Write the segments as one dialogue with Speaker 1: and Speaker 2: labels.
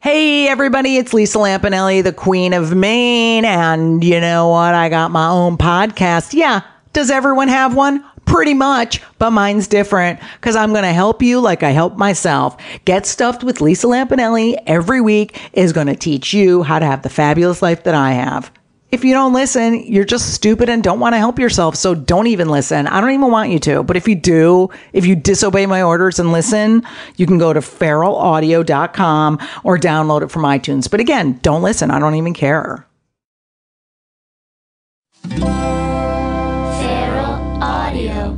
Speaker 1: Hey, everybody, it's Lisa Lampanelli, the Queen of Maine. And you know what? I got my own podcast. Yeah. Does everyone have one? Pretty much, but mine's different because I'm going to help you like I help myself. Get Stuffed with Lisa Lampanelli every week is going to teach you how to have the fabulous life that I have. If you don't listen, you're just stupid and don't want to help yourself. So don't even listen. I don't even want you to. But if you do, if you disobey my orders and listen, you can go to feralaudio.com or download it from iTunes. But again, don't listen. I don't even care.
Speaker 2: Feral Audio.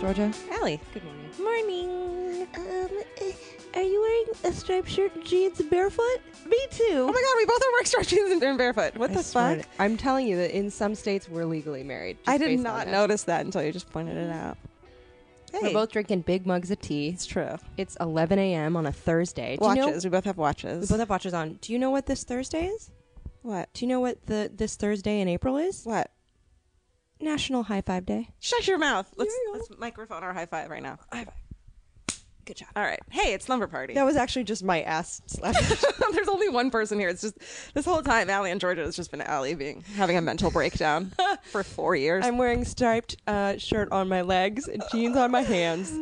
Speaker 3: Georgia?
Speaker 4: Allie, good morning.
Speaker 3: Morning. Um, are you wearing a striped shirt and jeans and barefoot? Me too.
Speaker 4: Oh my god, we both are wearing striped jeans and they're barefoot. What the fuck?
Speaker 3: I'm telling you that in some states we're legally married.
Speaker 4: I
Speaker 3: just
Speaker 4: did
Speaker 3: based
Speaker 4: not
Speaker 3: on that.
Speaker 4: notice that until you just pointed it out. Hey,
Speaker 3: We're both drinking big mugs of tea.
Speaker 4: it's true.
Speaker 3: It's 11 a.m. on a Thursday. Do
Speaker 4: Watches.
Speaker 3: You know,
Speaker 4: we both have
Speaker 3: we
Speaker 4: watches.
Speaker 3: both have watches on. Do you know what this Thursday is?
Speaker 4: what?
Speaker 3: Do you know what the this Thursday in April is?
Speaker 4: What?
Speaker 3: National High Five Day.
Speaker 4: Shut your mouth. Let's
Speaker 3: Here you go.
Speaker 4: let's microphone our high five right now.
Speaker 3: High five. Good job.
Speaker 4: All right. Hey, it's number party.
Speaker 3: was actually just my ass slap.
Speaker 4: There's only one person here. It's just this whole time Allie and Georgia has just been Allie being having a mental breakdown for four years.
Speaker 3: I'm wearing striped uh, shirt on my legs and jeans on my hands.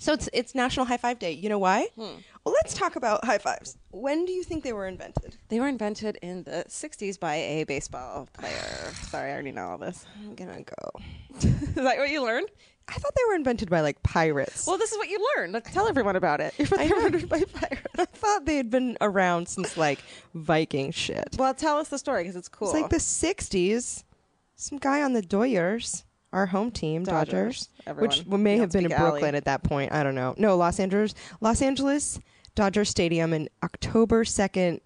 Speaker 3: So it's it's National High Five Day. You know why?
Speaker 4: Hmm.
Speaker 3: Well, let's talk about high fives. When do you think they were invented?
Speaker 4: They were invented in the 60s by a baseball player. Sorry, I already know all this.
Speaker 3: I'm gonna go.
Speaker 4: Is that what you learned?
Speaker 3: I thought they were invented by like pirates.
Speaker 4: Well, this is what you learned. Tell everyone about it.
Speaker 3: I invented by pirates. I thought they had been around since like Viking shit.
Speaker 4: Well, tell us the story because it's cool.
Speaker 3: It's like the '60s. Some guy on the Doyers, our home team,
Speaker 4: Dodgers,
Speaker 3: Dodgers, which
Speaker 4: everyone.
Speaker 3: may
Speaker 4: You
Speaker 3: have
Speaker 4: don't
Speaker 3: been in
Speaker 4: speak alley.
Speaker 3: Brooklyn at that point. I don't know. No, Los Angeles, Los Angeles Dodger Stadium in October second,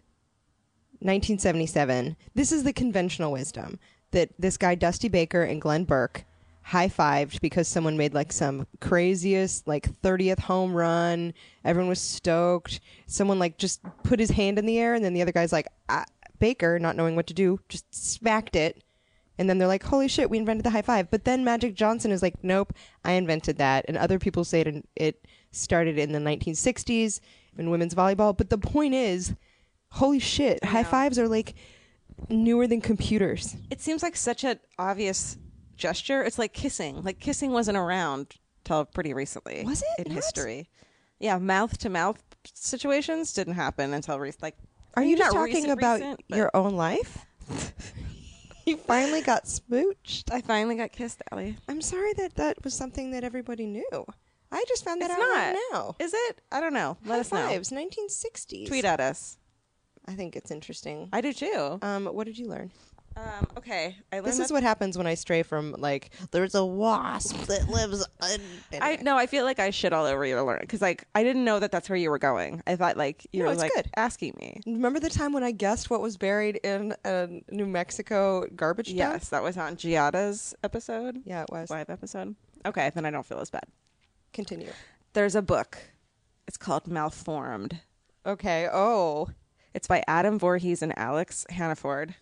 Speaker 3: nineteen seventy-seven. This is the conventional wisdom that this guy Dusty Baker and Glenn Burke high-fived because someone made like some craziest like 30th home run everyone was stoked someone like just put his hand in the air and then the other guy's like ah, baker not knowing what to do just smacked it and then they're like, holy shit, we invented the high five. But then Magic Johnson is like, nope, I invented that. And other people say it, it started in the 1960s in women's volleyball. But the point is, holy shit, high fives are like newer than computers.
Speaker 4: it seems like such an obvious gesture. It's like kissing. Like kissing wasn't around till pretty recently.
Speaker 3: Was it
Speaker 4: in
Speaker 3: not?
Speaker 4: history? Yeah, mouth to mouth situations didn't happen until re- like.
Speaker 3: Are you just
Speaker 4: not
Speaker 3: talking
Speaker 4: recent-
Speaker 3: about
Speaker 4: recent, but
Speaker 3: your own life? you finally got smooched.
Speaker 4: I finally got kissed, Allie.
Speaker 3: I'm sorry that that was something that everybody knew. I just found that
Speaker 4: It's
Speaker 3: out
Speaker 4: not
Speaker 3: right now.
Speaker 4: Is it? I don't know. Let
Speaker 3: high
Speaker 4: us
Speaker 3: fives, 1960s.
Speaker 4: know. Tweet at us.
Speaker 3: I think it's interesting.
Speaker 4: I do too.
Speaker 3: Um, what did you learn?
Speaker 4: Um, okay, I learned
Speaker 3: This
Speaker 4: that-
Speaker 3: is what happens when I stray from like there's a wasp that lives un-
Speaker 4: I no, I feel like I shit all over you to learn because like I didn't know that that's where you were going. I thought like you
Speaker 3: No,
Speaker 4: were
Speaker 3: it's
Speaker 4: like
Speaker 3: good.
Speaker 4: asking me.
Speaker 3: remember the time when I guessed what was buried in a New Mexico garbage dump?
Speaker 4: Yes, that was on Giada's episode.
Speaker 3: Yeah, it was.
Speaker 4: live episode. Okay, then I don't feel as bad.
Speaker 3: Continue.
Speaker 4: There's a book. It's called Malformed.
Speaker 3: Okay. Oh.
Speaker 4: It's by Adam Voorhees and Alex Hannaford.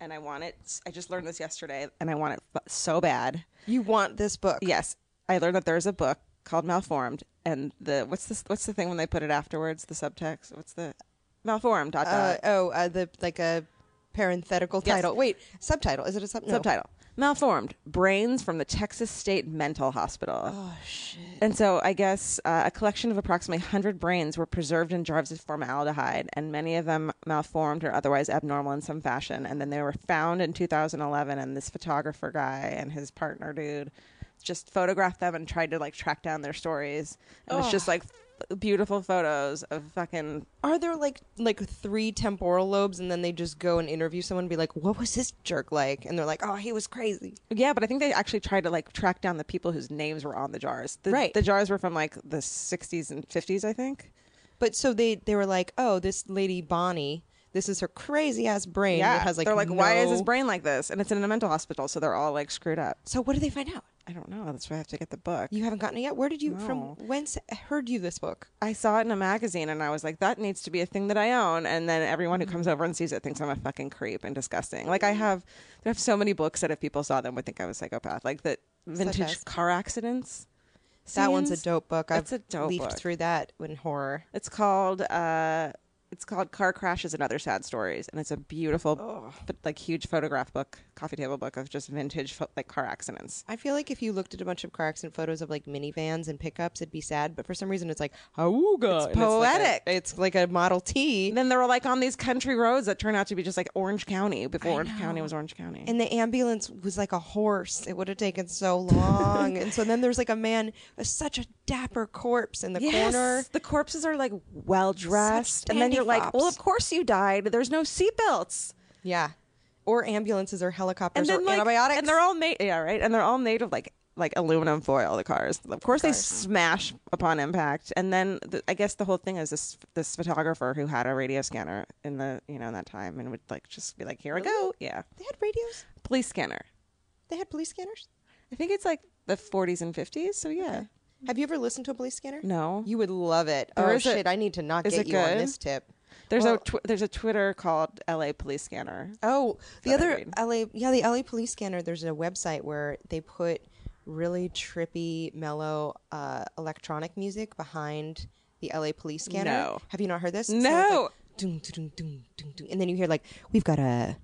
Speaker 4: And I want it. I just learned this yesterday, and I want it fu- so bad.
Speaker 3: You want this book.
Speaker 4: Yes, I learned that there's a book called Malformed, and the what's this? What's the thing when they put it afterwards? The subtext. What's the Malformed? Dot, dot.
Speaker 3: Uh, oh, uh, the like a parenthetical
Speaker 4: Yes.
Speaker 3: title. Wait, subtitle. Is it a sub- no.
Speaker 4: Subtitle: Malformed Brains from the Texas State Mental Hospital. Oh shit! And so I guess uh, a collection of approximately 100 brains were preserved in jars of formaldehyde, and many of them malformed or otherwise abnormal in some fashion. And then they were found in 2011, and this photographer guy and his partner dude just photographed them and tried to like track down their stories. And it's just like f- beautiful photos of fucking
Speaker 3: Are there like like three temporal lobes, and then they just go and interview someone, and be like, "What was this jerk like?" And they're like, "Oh, he was crazy."
Speaker 4: Yeah, but I think they actually tried to like track down the people whose names were on the jars. The,
Speaker 3: Right.
Speaker 4: The jars were from like the 60s and 50s, I think.
Speaker 3: But so they they were like, oh, this lady Bonnie, this is her crazy ass brain
Speaker 4: Yeah.
Speaker 3: that has like
Speaker 4: They're like, why is his
Speaker 3: no-"
Speaker 4: brain like this? And it's in a mental hospital, so they're all like screwed up.
Speaker 3: So what do they find out?
Speaker 4: I don't know. That's why I have to get the book.
Speaker 3: You haven't gotten it yet? Where did you,
Speaker 4: No.
Speaker 3: from whence heard you this book?
Speaker 4: I saw it in a magazine and I was like, that needs to be a thing that I own. And then everyone who comes over and sees it thinks I'm a fucking creep and disgusting. Like I have, I have so many books that if people saw them would think I was a psychopath. Like the vintage
Speaker 3: as?
Speaker 4: car accidents.
Speaker 3: That one's a
Speaker 4: scenes.
Speaker 3: dope book. I've
Speaker 4: It's a dope
Speaker 3: leafed
Speaker 4: book.
Speaker 3: through that in horror.
Speaker 4: It's called uh, it's called Car Crashes and Other Sad Stories, and it's a beautiful, but like huge photograph book, coffee table book of just vintage pho- like car accidents.
Speaker 3: I feel like if you looked at a bunch of car accident photos of like minivans and pickups, it'd be sad. But for some reason, it's like
Speaker 4: Oh,
Speaker 3: hauga. and
Speaker 4: poetic.
Speaker 3: It's like, a, it's like a Model T.
Speaker 4: And then they were like on these country roads that turn out to be just like Orange County before Orange County was Orange County.
Speaker 3: and the ambulance was like a horse. It would have taken so long. and so then there's like a man, such a dapper corpse in the corner.
Speaker 4: The corpses are like well dressed, and then
Speaker 3: dandy
Speaker 4: you're like,
Speaker 3: fops.
Speaker 4: well, of course you died. There's no seatbelts.
Speaker 3: Yeah. Or ambulances or helicopters or
Speaker 4: like,
Speaker 3: antibiotics.
Speaker 4: and they're all made, yeah, right. And they're all made of like like aluminum foil. The cars, of course, they smash upon impact. And then the, I guess the whole thing is this this photographer who had a radio scanner in the you know in that time and would like just be like, here I go, yeah,
Speaker 3: they had radios.
Speaker 4: police scanner.
Speaker 3: They had police scanners.
Speaker 4: I think it's like the 40s and 50s. So yeah,
Speaker 3: Have you ever listened to a police scanner?
Speaker 4: no,
Speaker 3: You would love it.
Speaker 4: There
Speaker 3: oh
Speaker 4: is a-
Speaker 3: shit! I need to not
Speaker 4: is
Speaker 3: get
Speaker 4: it
Speaker 3: you on
Speaker 4: good?
Speaker 3: this tip.
Speaker 4: there's
Speaker 3: well-
Speaker 4: a tw- there's a Twitter called LA Police Scanner.
Speaker 3: Oh, the
Speaker 4: what I
Speaker 3: other
Speaker 4: read.
Speaker 3: LA, yeah, the LA police scanner. There's a website where they put really trippy, mellow uh, electronic music behind the LA police scanner.
Speaker 4: No.
Speaker 3: Have you not heard this?
Speaker 4: No.
Speaker 3: doom, doom, doom, doom, doom. And then you hear like, we've got a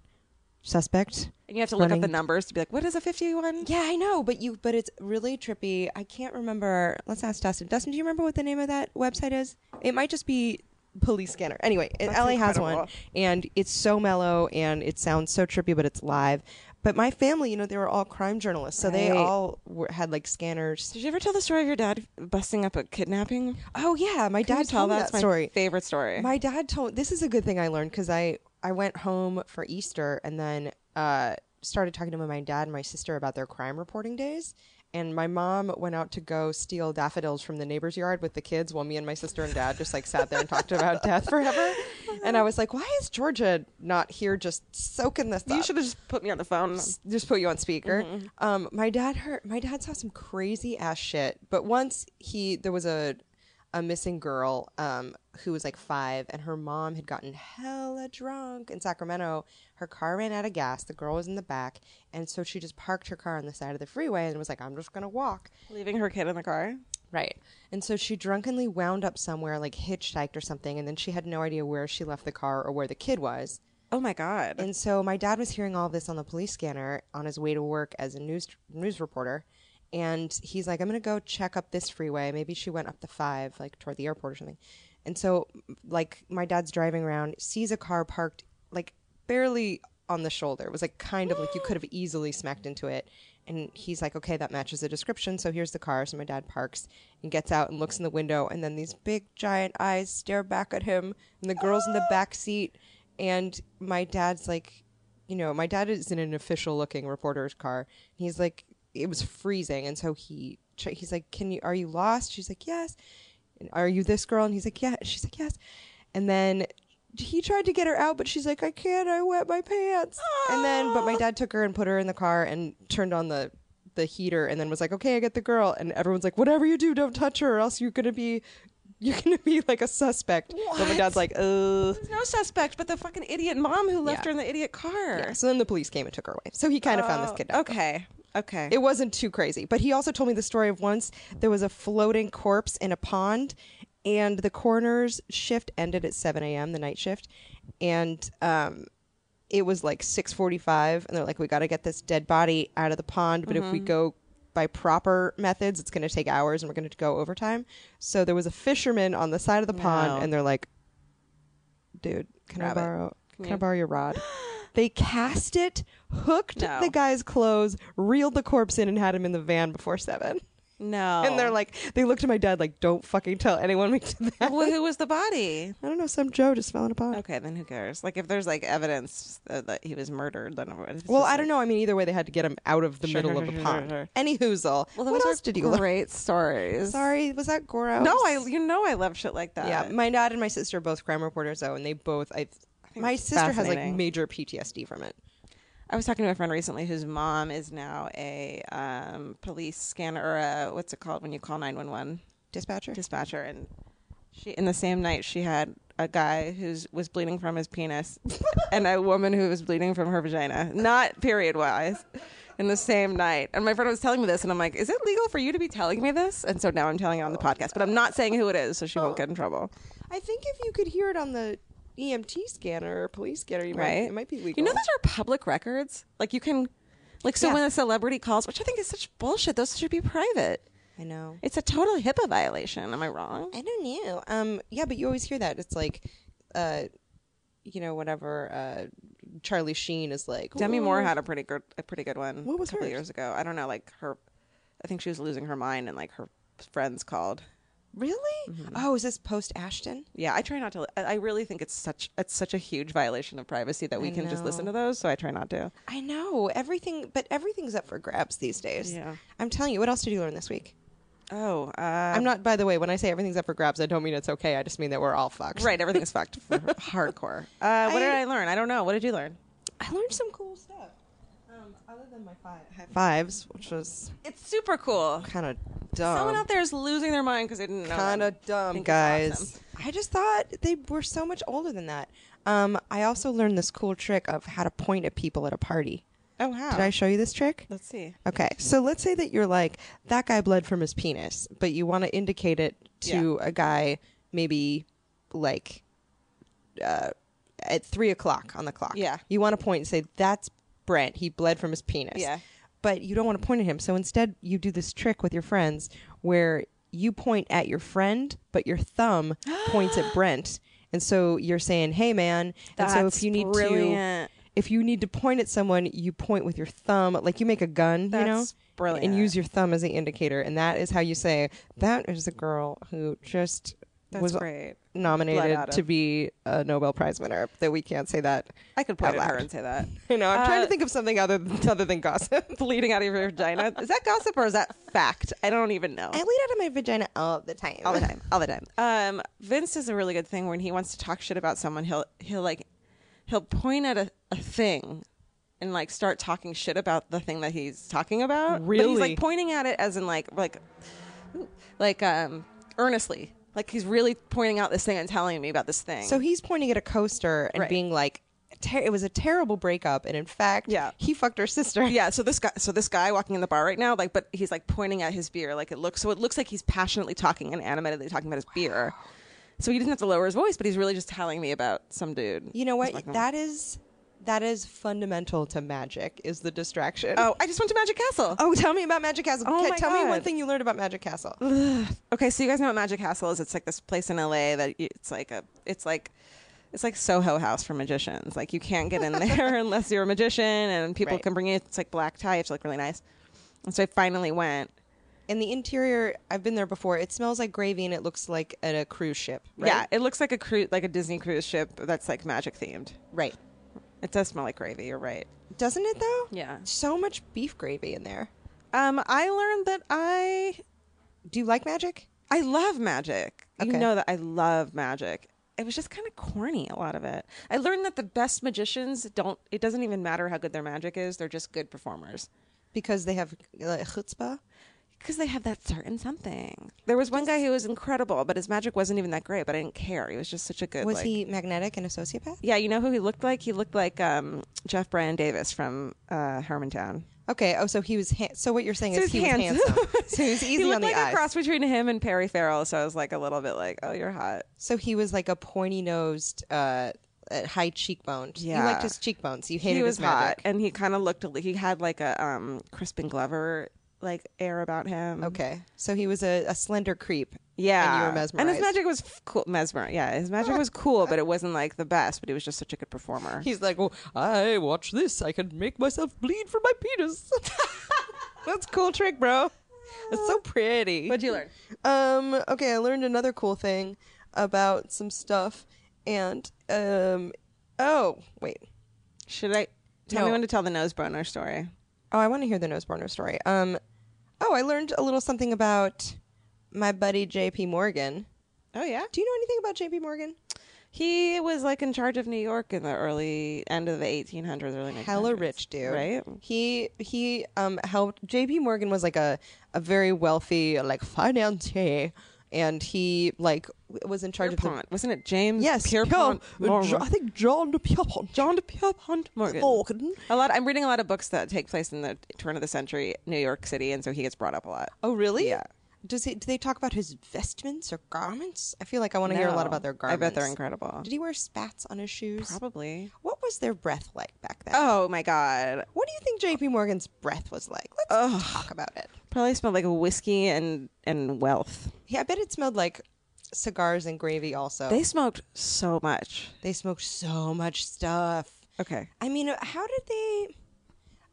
Speaker 3: suspect.
Speaker 4: And you have to look up the
Speaker 3: running-
Speaker 4: numbers to be like, what is a 51?
Speaker 3: Yeah, I know, but you, but it's really trippy. I can't remember. Let's ask Dustin. Dustin, do you remember what the name of that website is? It might just be Police Scanner. Anyway, it- LA has one,
Speaker 4: incredible.
Speaker 3: and it's so mellow and it sounds so trippy, but it's live. But my family, you know, they were all crime journalists, so they
Speaker 4: Right.
Speaker 3: all were, had like scanners.
Speaker 4: Did you ever tell the story of your dad busting up a kidnapping?
Speaker 3: Oh yeah, my
Speaker 4: Can you
Speaker 3: dad told me that
Speaker 4: That's my
Speaker 3: story.
Speaker 4: favorite story.
Speaker 3: My dad told this is a good thing I learned because I I went home for Easter and then uh, started talking to my dad and my sister about their crime reporting days. And my mom went out to go steal daffodils from the neighbor's yard with the kids while me and my sister and dad just like sat there and talked about death forever. And I was like, why is Georgia not here just soaking this
Speaker 4: you
Speaker 3: up?
Speaker 4: should have just put me on the phone.
Speaker 3: s- just put you on speaker. Um, my dad heard my dad saw some crazy ass shit. But once he there was a a missing girl um, who was like five, and her mom had gotten hella drunk in Sacramento. Her car ran out of gas. The girl was in the back, and so she just parked her car on the side of the freeway and was like, "I'm just gonna walk."
Speaker 4: Leaving her kid in the car.
Speaker 3: Right. And so she drunkenly wound up somewhere, like hitchhiked or something, and then she had no idea where she left the car or where the kid was.
Speaker 4: Oh my god.
Speaker 3: And so my dad was hearing all this on the police scanner on his way to work as a news news reporter, and he's like, "I'm gonna go check up this freeway. Maybe she went up the five, like toward the airport or something." And so, like, my dad's driving around, sees a car parked like barely on the shoulder. It was like kind of like you could have easily smacked into it. And he's like, okay, that matches the description. So here's the car. So my dad parks and gets out and looks in the window. And then these big, giant eyes stare back at him. And the girl's in the back seat. And my dad's like, you know, my dad is in an official looking reporter's car. He's like, it was freezing. And so he, he's like, can you, are you lost? She's like, yes. And are you this girl? And he's like, yeah. She's like, yes. And then he tried to get her out, but she's like, I can't. I wet my pants. And then, but my dad took her and put her in the car and turned on the the heater and then was like, okay, I get the girl. And everyone's like, whatever you do, don't touch her or else you're going to be, you're going to be like a suspect. But my
Speaker 4: What?
Speaker 3: dad's like, ugh.
Speaker 4: There's no suspect, but the fucking idiot mom who left
Speaker 3: Yeah.
Speaker 4: her in the idiot car.
Speaker 3: Yeah, So then the police came and took her away. So he kind of found this
Speaker 4: Oh,
Speaker 3: kid.
Speaker 4: Okay. Okay.
Speaker 3: It wasn't too crazy. But he also told me the story of once there was a floating corpse in a pond, and the coroner's shift ended at 7 a.m., the night shift. And um, it was like 6.45, and they're like, we got to get this dead body out of the pond. But if
Speaker 4: Mm-hmm.
Speaker 3: we go by proper methods, it's going to take hours, and we're going to go overtime. So there was a fisherman on the side of the
Speaker 4: No.
Speaker 3: pond, and they're like, dude, can
Speaker 4: Grab it.
Speaker 3: I borrow can,
Speaker 4: you-
Speaker 3: I borrow your rod? They cast it, hooked
Speaker 4: No.
Speaker 3: the guy's clothes, reeled the corpse in, and had him in the van before seven.
Speaker 4: no.
Speaker 3: And they're like, they looked at my dad like, "Don't fucking tell anyone we did that."
Speaker 4: well, who was the body?
Speaker 3: I don't know, some Joe just fell in a pond.
Speaker 4: Okay, then who cares? Like, if there's like evidence that, that he was murdered, then it's
Speaker 3: Well,
Speaker 4: just
Speaker 3: I don't know. I mean, either way, they had to get him out of the
Speaker 4: Sure,
Speaker 3: middle
Speaker 4: sure,
Speaker 3: of the
Speaker 4: sure, sure,
Speaker 3: pond.
Speaker 4: sure.
Speaker 3: Any whoozle.
Speaker 4: Well,
Speaker 3: what
Speaker 4: those
Speaker 3: else
Speaker 4: are
Speaker 3: did you learn?
Speaker 4: Great stories.
Speaker 3: Sorry, was that gross?
Speaker 4: No, I. You know, I love shit like that.
Speaker 3: Yeah, my dad and my sister are both crime reporters, though, and they both. I, my sister has like
Speaker 4: fascinating.
Speaker 3: major PTSD from it.
Speaker 4: I was talking to a friend recently whose mom is now a um, police scanner or a, what's it called when you call 911
Speaker 3: Dispatcher.
Speaker 4: dispatcher and she in the same night she had a guy who was bleeding from his penis and a woman who was bleeding from her vagina not period wise in the same night and my friend was telling me this and i'm like is it legal for you to be telling me this and so now i'm telling it on the podcast but i'm not saying who it is so she won't get in trouble
Speaker 3: I think if you could hear it on the EMT scanner or police scanner, you
Speaker 4: right
Speaker 3: might, it might be legal.
Speaker 4: you know those are public records like you can like so
Speaker 3: Yeah.
Speaker 4: when a celebrity calls which i think is such bullshit those should be private
Speaker 3: I know.
Speaker 4: it's a total hipaa violation am i wrong
Speaker 3: I don't know. Um, yeah, but you always hear that. It's like, uh, you know, whenever uh, Charlie Sheen is like
Speaker 4: Demi
Speaker 3: "Ooh."
Speaker 4: Moore had a pretty good a pretty good one.
Speaker 3: What was
Speaker 4: a couple
Speaker 3: hers?
Speaker 4: years ago? I don't know. Like her, I think she was losing her mind, and like her friends called.
Speaker 3: Really? Oh, is this post Ashton?
Speaker 4: Mm-hmm. Yeah, I try not to. li- I I really think it's such it's such a huge violation of privacy that we
Speaker 3: I
Speaker 4: can just listen
Speaker 3: know.
Speaker 4: to those. So I try not to.
Speaker 3: I know everything, but everything's up for grabs these days.
Speaker 4: Yeah.
Speaker 3: I'm telling you. What else did you learn this week?
Speaker 4: Oh, uh,
Speaker 3: I'm not. By the way, when I say everything's up for grabs, I don't mean it's okay. I just mean that we're all fucked.
Speaker 4: right. Everything's fucked. for Hardcore. Uh, what did
Speaker 3: I-
Speaker 4: I learn? I don't know. What did you learn?
Speaker 3: I learned some cool stuff. Um, other than my five, high fives, which was
Speaker 4: It's super cool.
Speaker 3: kind of dumb.
Speaker 4: Someone out there is losing their mind because they didn't know.
Speaker 3: kind
Speaker 4: them.
Speaker 3: of dumb,
Speaker 4: think it's
Speaker 3: guys.
Speaker 4: awesome.
Speaker 3: I just thought they were so much older than that. Um, I also learned this cool trick of how to point at people at a party.
Speaker 4: Oh wow.
Speaker 3: Did I show you this trick?
Speaker 4: Let's see.
Speaker 3: Okay, so let's say that you're like that guy bled from his penis, but you want to indicate it to a guy maybe like uh, at three o'clock on the clock.
Speaker 4: Yeah.
Speaker 3: you want to point and say that's Brent. He bled from his penis.
Speaker 4: Yeah.
Speaker 3: but you don't want to point at him. So instead, you do this trick with your friends where you point at your friend, but your thumb points at Brent. And so you're saying, "Hey, man." and so
Speaker 4: That's
Speaker 3: if you need
Speaker 4: brilliant.
Speaker 3: to if you need to point at someone, you point with your thumb, like you make a gun, you know,
Speaker 4: That's brilliant.
Speaker 3: and use your thumb as the indicator, and that is how you say that is the girl who just
Speaker 4: That's
Speaker 3: was
Speaker 4: great. Blood out
Speaker 3: nominated
Speaker 4: of-
Speaker 3: to be a Nobel Prize winner. That we can't say that.
Speaker 4: I could point
Speaker 3: out
Speaker 4: at her
Speaker 3: loud.
Speaker 4: and say that.
Speaker 3: You know, I'm trying
Speaker 4: Uh,
Speaker 3: to think of something other than, other than gossip.
Speaker 4: bleeding out of your vagina. Is that gossip or is that fact? I don't even know.
Speaker 3: I lead out of my vagina all the time.
Speaker 4: All the time. All the time. Um, Vince does a really good thing when he wants to talk shit about someone. He'll he'll like he'll point at a, a thing and like start talking shit about the thing that he's talking about. But he's
Speaker 3: Really?
Speaker 4: like pointing at it as in like like like um earnestly. Like he's really pointing out this thing and telling me about this thing.
Speaker 3: So he's pointing at a coaster and
Speaker 4: Right.
Speaker 3: being like, ter- "It was a terrible breakup," and in fact,
Speaker 4: Yeah.
Speaker 3: he fucked her sister.
Speaker 4: yeah so this guy so this guy walking in the bar right now like but he's like pointing at his beer like it looks so it looks like he's passionately talking and animatedly talking about his beer so he doesn't have to lower his voice but he's really just telling me about some dude
Speaker 3: You know
Speaker 4: He's
Speaker 3: what?
Speaker 4: like,
Speaker 3: That is that is fundamental to magic is the distraction.
Speaker 4: oh i just went to magic castle
Speaker 3: Oh, tell me about Magic Castle.
Speaker 4: Oh
Speaker 3: Ca-
Speaker 4: my
Speaker 3: tell me one
Speaker 4: God.
Speaker 3: thing you learned about Magic Castle.
Speaker 4: okay so you guys know what magic castle is it's like this place in la that you- it's like a it's like it's like Soho House for magicians. Like you can't get in there unless you're a magician, and people
Speaker 3: Right.
Speaker 4: can bring you. It's like black tie. It's like really nice. And so I finally went.
Speaker 3: And the interior, I've been there before. It smells like gravy and it looks like a, a cruise ship. Right?
Speaker 4: Yeah, it looks like a cruise, like a Disney cruise ship that's like magic themed.
Speaker 3: Right.
Speaker 4: It does smell like gravy. You're right.
Speaker 3: Doesn't it though?
Speaker 4: Yeah.
Speaker 3: So much beef gravy in there.
Speaker 4: Um, I learned that I
Speaker 3: Do you like magic?
Speaker 4: I love magic. You
Speaker 3: Okay.
Speaker 4: know that I love magic. It was just kind of corny, a lot of it. I learned that the best magicians don't. It doesn't even matter how good their magic is; they're just good performers
Speaker 3: Because they have uh, chutzpah.
Speaker 4: because they have that certain something. There was one guy who was incredible, but his magic wasn't even that great. But I didn't care. He was just such a good.
Speaker 3: Was
Speaker 4: like-
Speaker 3: he magnetic and a sociopath?
Speaker 4: Yeah, you know who he looked like? He looked like um, Jeff Bryan Davis from uh, Hermantown.
Speaker 3: Okay. Oh, so he was. Ha- so what you're saying is
Speaker 4: he's
Speaker 3: he was handsome. so he was easy
Speaker 4: he looked
Speaker 3: on the
Speaker 4: like
Speaker 3: eyes.
Speaker 4: a cross between him and Perry Farrell. So I was like a little bit like, oh, you're hot.
Speaker 3: So he was like a pointy nosed, uh, uh, high cheekboned. You
Speaker 4: Yeah.
Speaker 3: liked his cheekbones. You hated
Speaker 4: He was
Speaker 3: his
Speaker 4: hot,
Speaker 3: magic.
Speaker 4: and he kind of looked. He had like a um Crispin Glover like air about him.
Speaker 3: Okay. So he was a, a slender creep.
Speaker 4: Yeah,
Speaker 3: And you were mesmerized.
Speaker 4: his magic was f- cool. Mesmer, yeah, his magic was cool, but it wasn't like the best. But he was just such a good performer.
Speaker 3: He's like, well, I watch this. I can make myself bleed from my penis. That's a cool trick, bro. It's so pretty.
Speaker 4: What'd you learn?
Speaker 3: Um, okay, I learned another cool thing about some stuff. And, um, oh, wait.
Speaker 4: Should I tell
Speaker 3: No.
Speaker 4: me when to tell the nose boner story?
Speaker 3: Oh, I want to hear the nose burner story. Um, oh, I learned a little something about my buddy JP Morgan.
Speaker 4: Oh yeah,
Speaker 3: Do you know anything about JP Morgan?
Speaker 4: He was like in charge of New York in the early end of the 1800s, early 1900s.
Speaker 3: hella rich dude.
Speaker 4: right?
Speaker 3: He he um helped JP Morgan was like a a very wealthy like financier and he like w- was in charge of
Speaker 4: Pierpont, wasn't it James?
Speaker 3: the yes
Speaker 4: Pierpont.
Speaker 3: Pier-
Speaker 4: Morgan.
Speaker 3: Jo- I think John de Pierpont
Speaker 4: John de Pierpont Morgan.
Speaker 3: Morgan.
Speaker 4: A lot. I'm reading a lot of books that take place in the turn of the century, New York City, and so he gets brought up a lot.
Speaker 3: Oh really?
Speaker 4: Yeah.
Speaker 3: Does he do they talk about his vestments or garments? I feel like I want to hear a lot
Speaker 4: No.
Speaker 3: about their
Speaker 4: I
Speaker 3: garments.
Speaker 4: bet they're incredible.
Speaker 3: Did he wear spats on his shoes?
Speaker 4: Probably.
Speaker 3: What was their breath like back then?
Speaker 4: Oh my god.
Speaker 3: What do you think JP Morgan's breath was like? Let's talk about it.
Speaker 4: Probably smelled like whiskey and and wealth.
Speaker 3: Yeah, I bet it smelled like cigars and gravy also.
Speaker 4: They smoked so much.
Speaker 3: They smoked so much stuff.
Speaker 4: Okay.
Speaker 3: I mean, uh, how did they?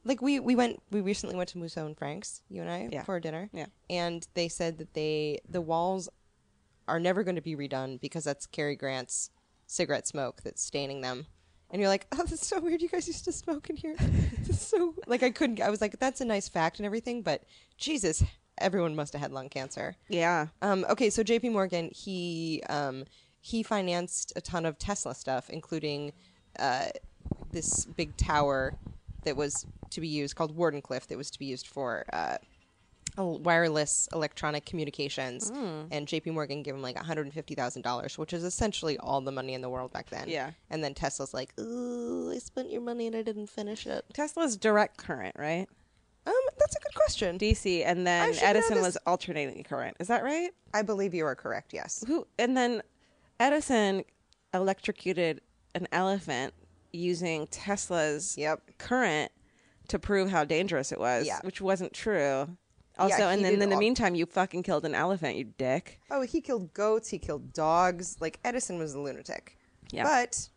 Speaker 3: Like we we went we recently went to Musso and Frank's, you and I,
Speaker 4: Yeah.
Speaker 3: for dinner.
Speaker 4: Yeah.
Speaker 3: And they said that they the walls are never going to be redone because that's Cary Grant's cigarette smoke that's staining them. And you're like, oh, that's so weird. You guys used to smoke in here. This is so like I couldn't. I was like, that's a nice fact and everything, but Jesus, everyone must have had lung cancer.
Speaker 4: Yeah.
Speaker 3: Um, okay, so J.P. Morgan, he um, he financed a ton of Tesla stuff, including uh, this big tower that was to be used called Wardenclyffe, that was to be used for uh, el- wireless electronic communications. And J.P. Morgan gave him like one hundred and fifty thousand dollars, which is essentially all the money in the world back then.
Speaker 4: Yeah.
Speaker 3: And then Tesla's like, "Ooh, I spent your money and I didn't finish it."
Speaker 4: Tesla's direct current, right?
Speaker 3: Um, that's a good question.
Speaker 4: DC, and
Speaker 3: I
Speaker 4: then
Speaker 3: should know
Speaker 4: Edison
Speaker 3: this.
Speaker 4: was alternating current. Is that right?
Speaker 3: I believe you are correct. Yes.
Speaker 4: Who? And then Edison electrocuted an elephant using Tesla's
Speaker 3: Yep.
Speaker 4: current to prove how dangerous it was,
Speaker 3: Yeah.
Speaker 4: which wasn't true. Also, and
Speaker 3: he
Speaker 4: then
Speaker 3: did
Speaker 4: in the
Speaker 3: all-
Speaker 4: meantime, you fucking killed an elephant, you dick.
Speaker 3: Oh, he killed goats. He killed dogs. Like Edison was a lunatic.
Speaker 4: Yeah.
Speaker 3: But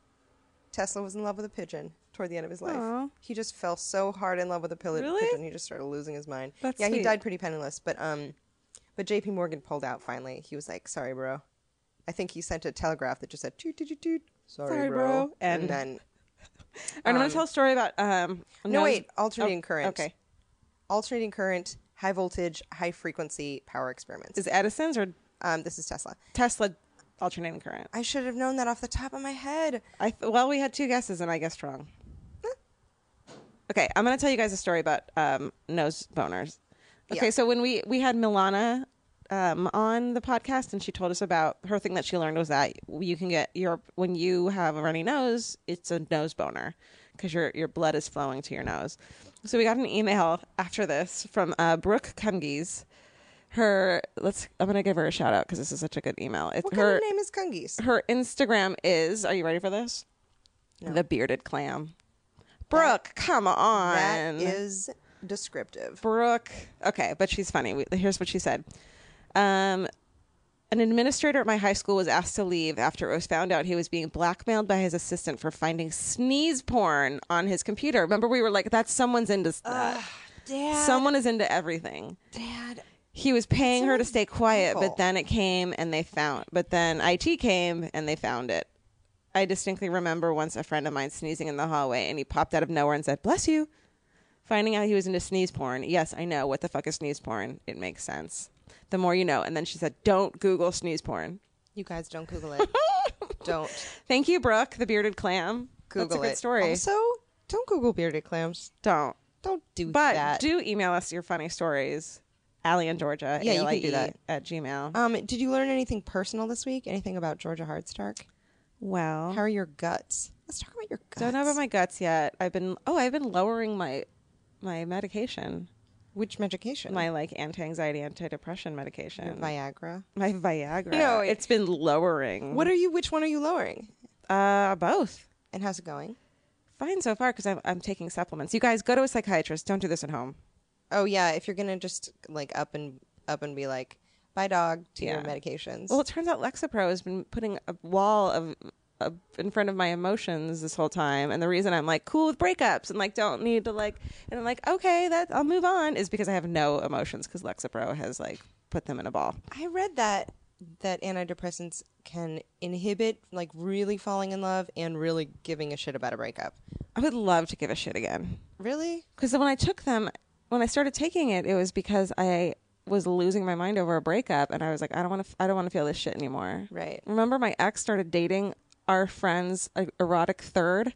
Speaker 3: Tesla was in love with a pigeon toward the end of his life.
Speaker 4: Aw.
Speaker 3: He just fell so hard in love with a pil-
Speaker 4: Really?
Speaker 3: pigeon. He just started losing his mind.
Speaker 4: That's
Speaker 3: yeah, he
Speaker 4: sweet.
Speaker 3: died pretty penniless. But um, but J.P. Morgan pulled out finally. He was like, "Sorry, bro." I think he sent a telegraph that just said, "Toot toot toot toot." Sorry,
Speaker 4: Sorry,
Speaker 3: bro.
Speaker 4: bro.
Speaker 3: And,
Speaker 4: And-
Speaker 3: then
Speaker 4: All right, I'm going to tell a story about um.
Speaker 3: no,
Speaker 4: nose-
Speaker 3: wait, alternating
Speaker 4: oh,
Speaker 3: current.
Speaker 4: Okay,
Speaker 3: alternating current, high voltage, high frequency power experiments.
Speaker 4: is Edison's or
Speaker 3: um, this is Tesla.
Speaker 4: Tesla alternating current?
Speaker 3: I should have known that off the top of my head.
Speaker 4: I th- well, we had two guesses, and I guessed wrong. Eh. Okay, I'm going to tell you guys a story about um, nose boners. Okay,
Speaker 3: Yeah.
Speaker 4: so when we we had Milana um, on the podcast, and she told us about her thing that she learned was that you can get your when you have a runny nose, it's a nose boner because your your blood is flowing to your nose. So we got an email after this from uh, Brooke Cumgies. Her let's I'm going to give her a shout out because this is such a good email. It's
Speaker 3: What
Speaker 4: her
Speaker 3: kind of name is Kungis?
Speaker 4: her Instagram is. Are you ready for this? The bearded clam. Brooke, come on.
Speaker 3: That is descriptive.
Speaker 4: Brooke. Okay, but she's funny. We, here's what she said. Um, an administrator at my high school was asked to leave after it was found out he was being blackmailed by his assistant for finding sneeze porn on his computer. Remember, we were like, "That's someone's into that.
Speaker 3: Dad,
Speaker 4: Someone is into everything."
Speaker 3: Dad.
Speaker 4: He was paying her to stay quiet,
Speaker 3: awful.
Speaker 4: but then it came and they found. But then IT came and they found it. I distinctly remember once a friend of mine sneezing in the hallway, and he popped out of nowhere and said, "Bless you." Finding out he was into sneeze porn. Yes, I know what the fuck is sneeze porn. It makes sense. The more you know. And then she said, "Don't Google sneeze porn."
Speaker 3: You guys don't Google it. don't
Speaker 4: Thank you, Brooke, the bearded clam.
Speaker 3: Google
Speaker 4: That's a good
Speaker 3: it.
Speaker 4: story.
Speaker 3: Also, don't Google bearded clams.
Speaker 4: Don't.
Speaker 3: Don't do
Speaker 4: But
Speaker 3: that.
Speaker 4: do email us your funny stories, Allie in Georgia.
Speaker 3: Yeah, you can do
Speaker 4: ALIE
Speaker 3: that.
Speaker 4: E, at Gmail.
Speaker 3: um, did you learn anything personal this week? Anything about Georgia Hardstark?
Speaker 4: Well,
Speaker 3: How are your guts? Let's talk about your guts.
Speaker 4: Don't know about my guts yet. I've been oh, I've been lowering my my medication,
Speaker 3: which medication.
Speaker 4: my like anti-anxiety, anti-depression medication,
Speaker 3: Viagra.
Speaker 4: my Viagra.
Speaker 3: No, it-
Speaker 4: it's been lowering.
Speaker 3: What are you? Which one are you lowering?
Speaker 4: Uh, both
Speaker 3: And how's it going?
Speaker 4: fine so far because I'm I'm taking supplements. You guys go to a psychiatrist. Don't do this at home.
Speaker 3: Oh yeah, if you're gonna just like up and up and be like, bye dog to your
Speaker 4: Yeah.
Speaker 3: medications.
Speaker 4: Well, it turns out Lexapro has been putting a wall of. uh, In front of my emotions this whole time, and the reason I'm like cool with breakups and like don't need to like and I'm like okay that I'll move on is because I have no emotions because Lexapro has like put them in a ball.
Speaker 3: I read that that antidepressants can inhibit like really falling in love and really giving a shit about a breakup.
Speaker 4: I would love to give a shit again.
Speaker 3: Really?
Speaker 4: Because when I took them, when I started taking it, it was because I was losing my mind over a breakup, and I was like, I don't want to, I don't want to feel this shit anymore.
Speaker 3: Right.
Speaker 4: Remember, my ex started dating our friend's uh, erotic third.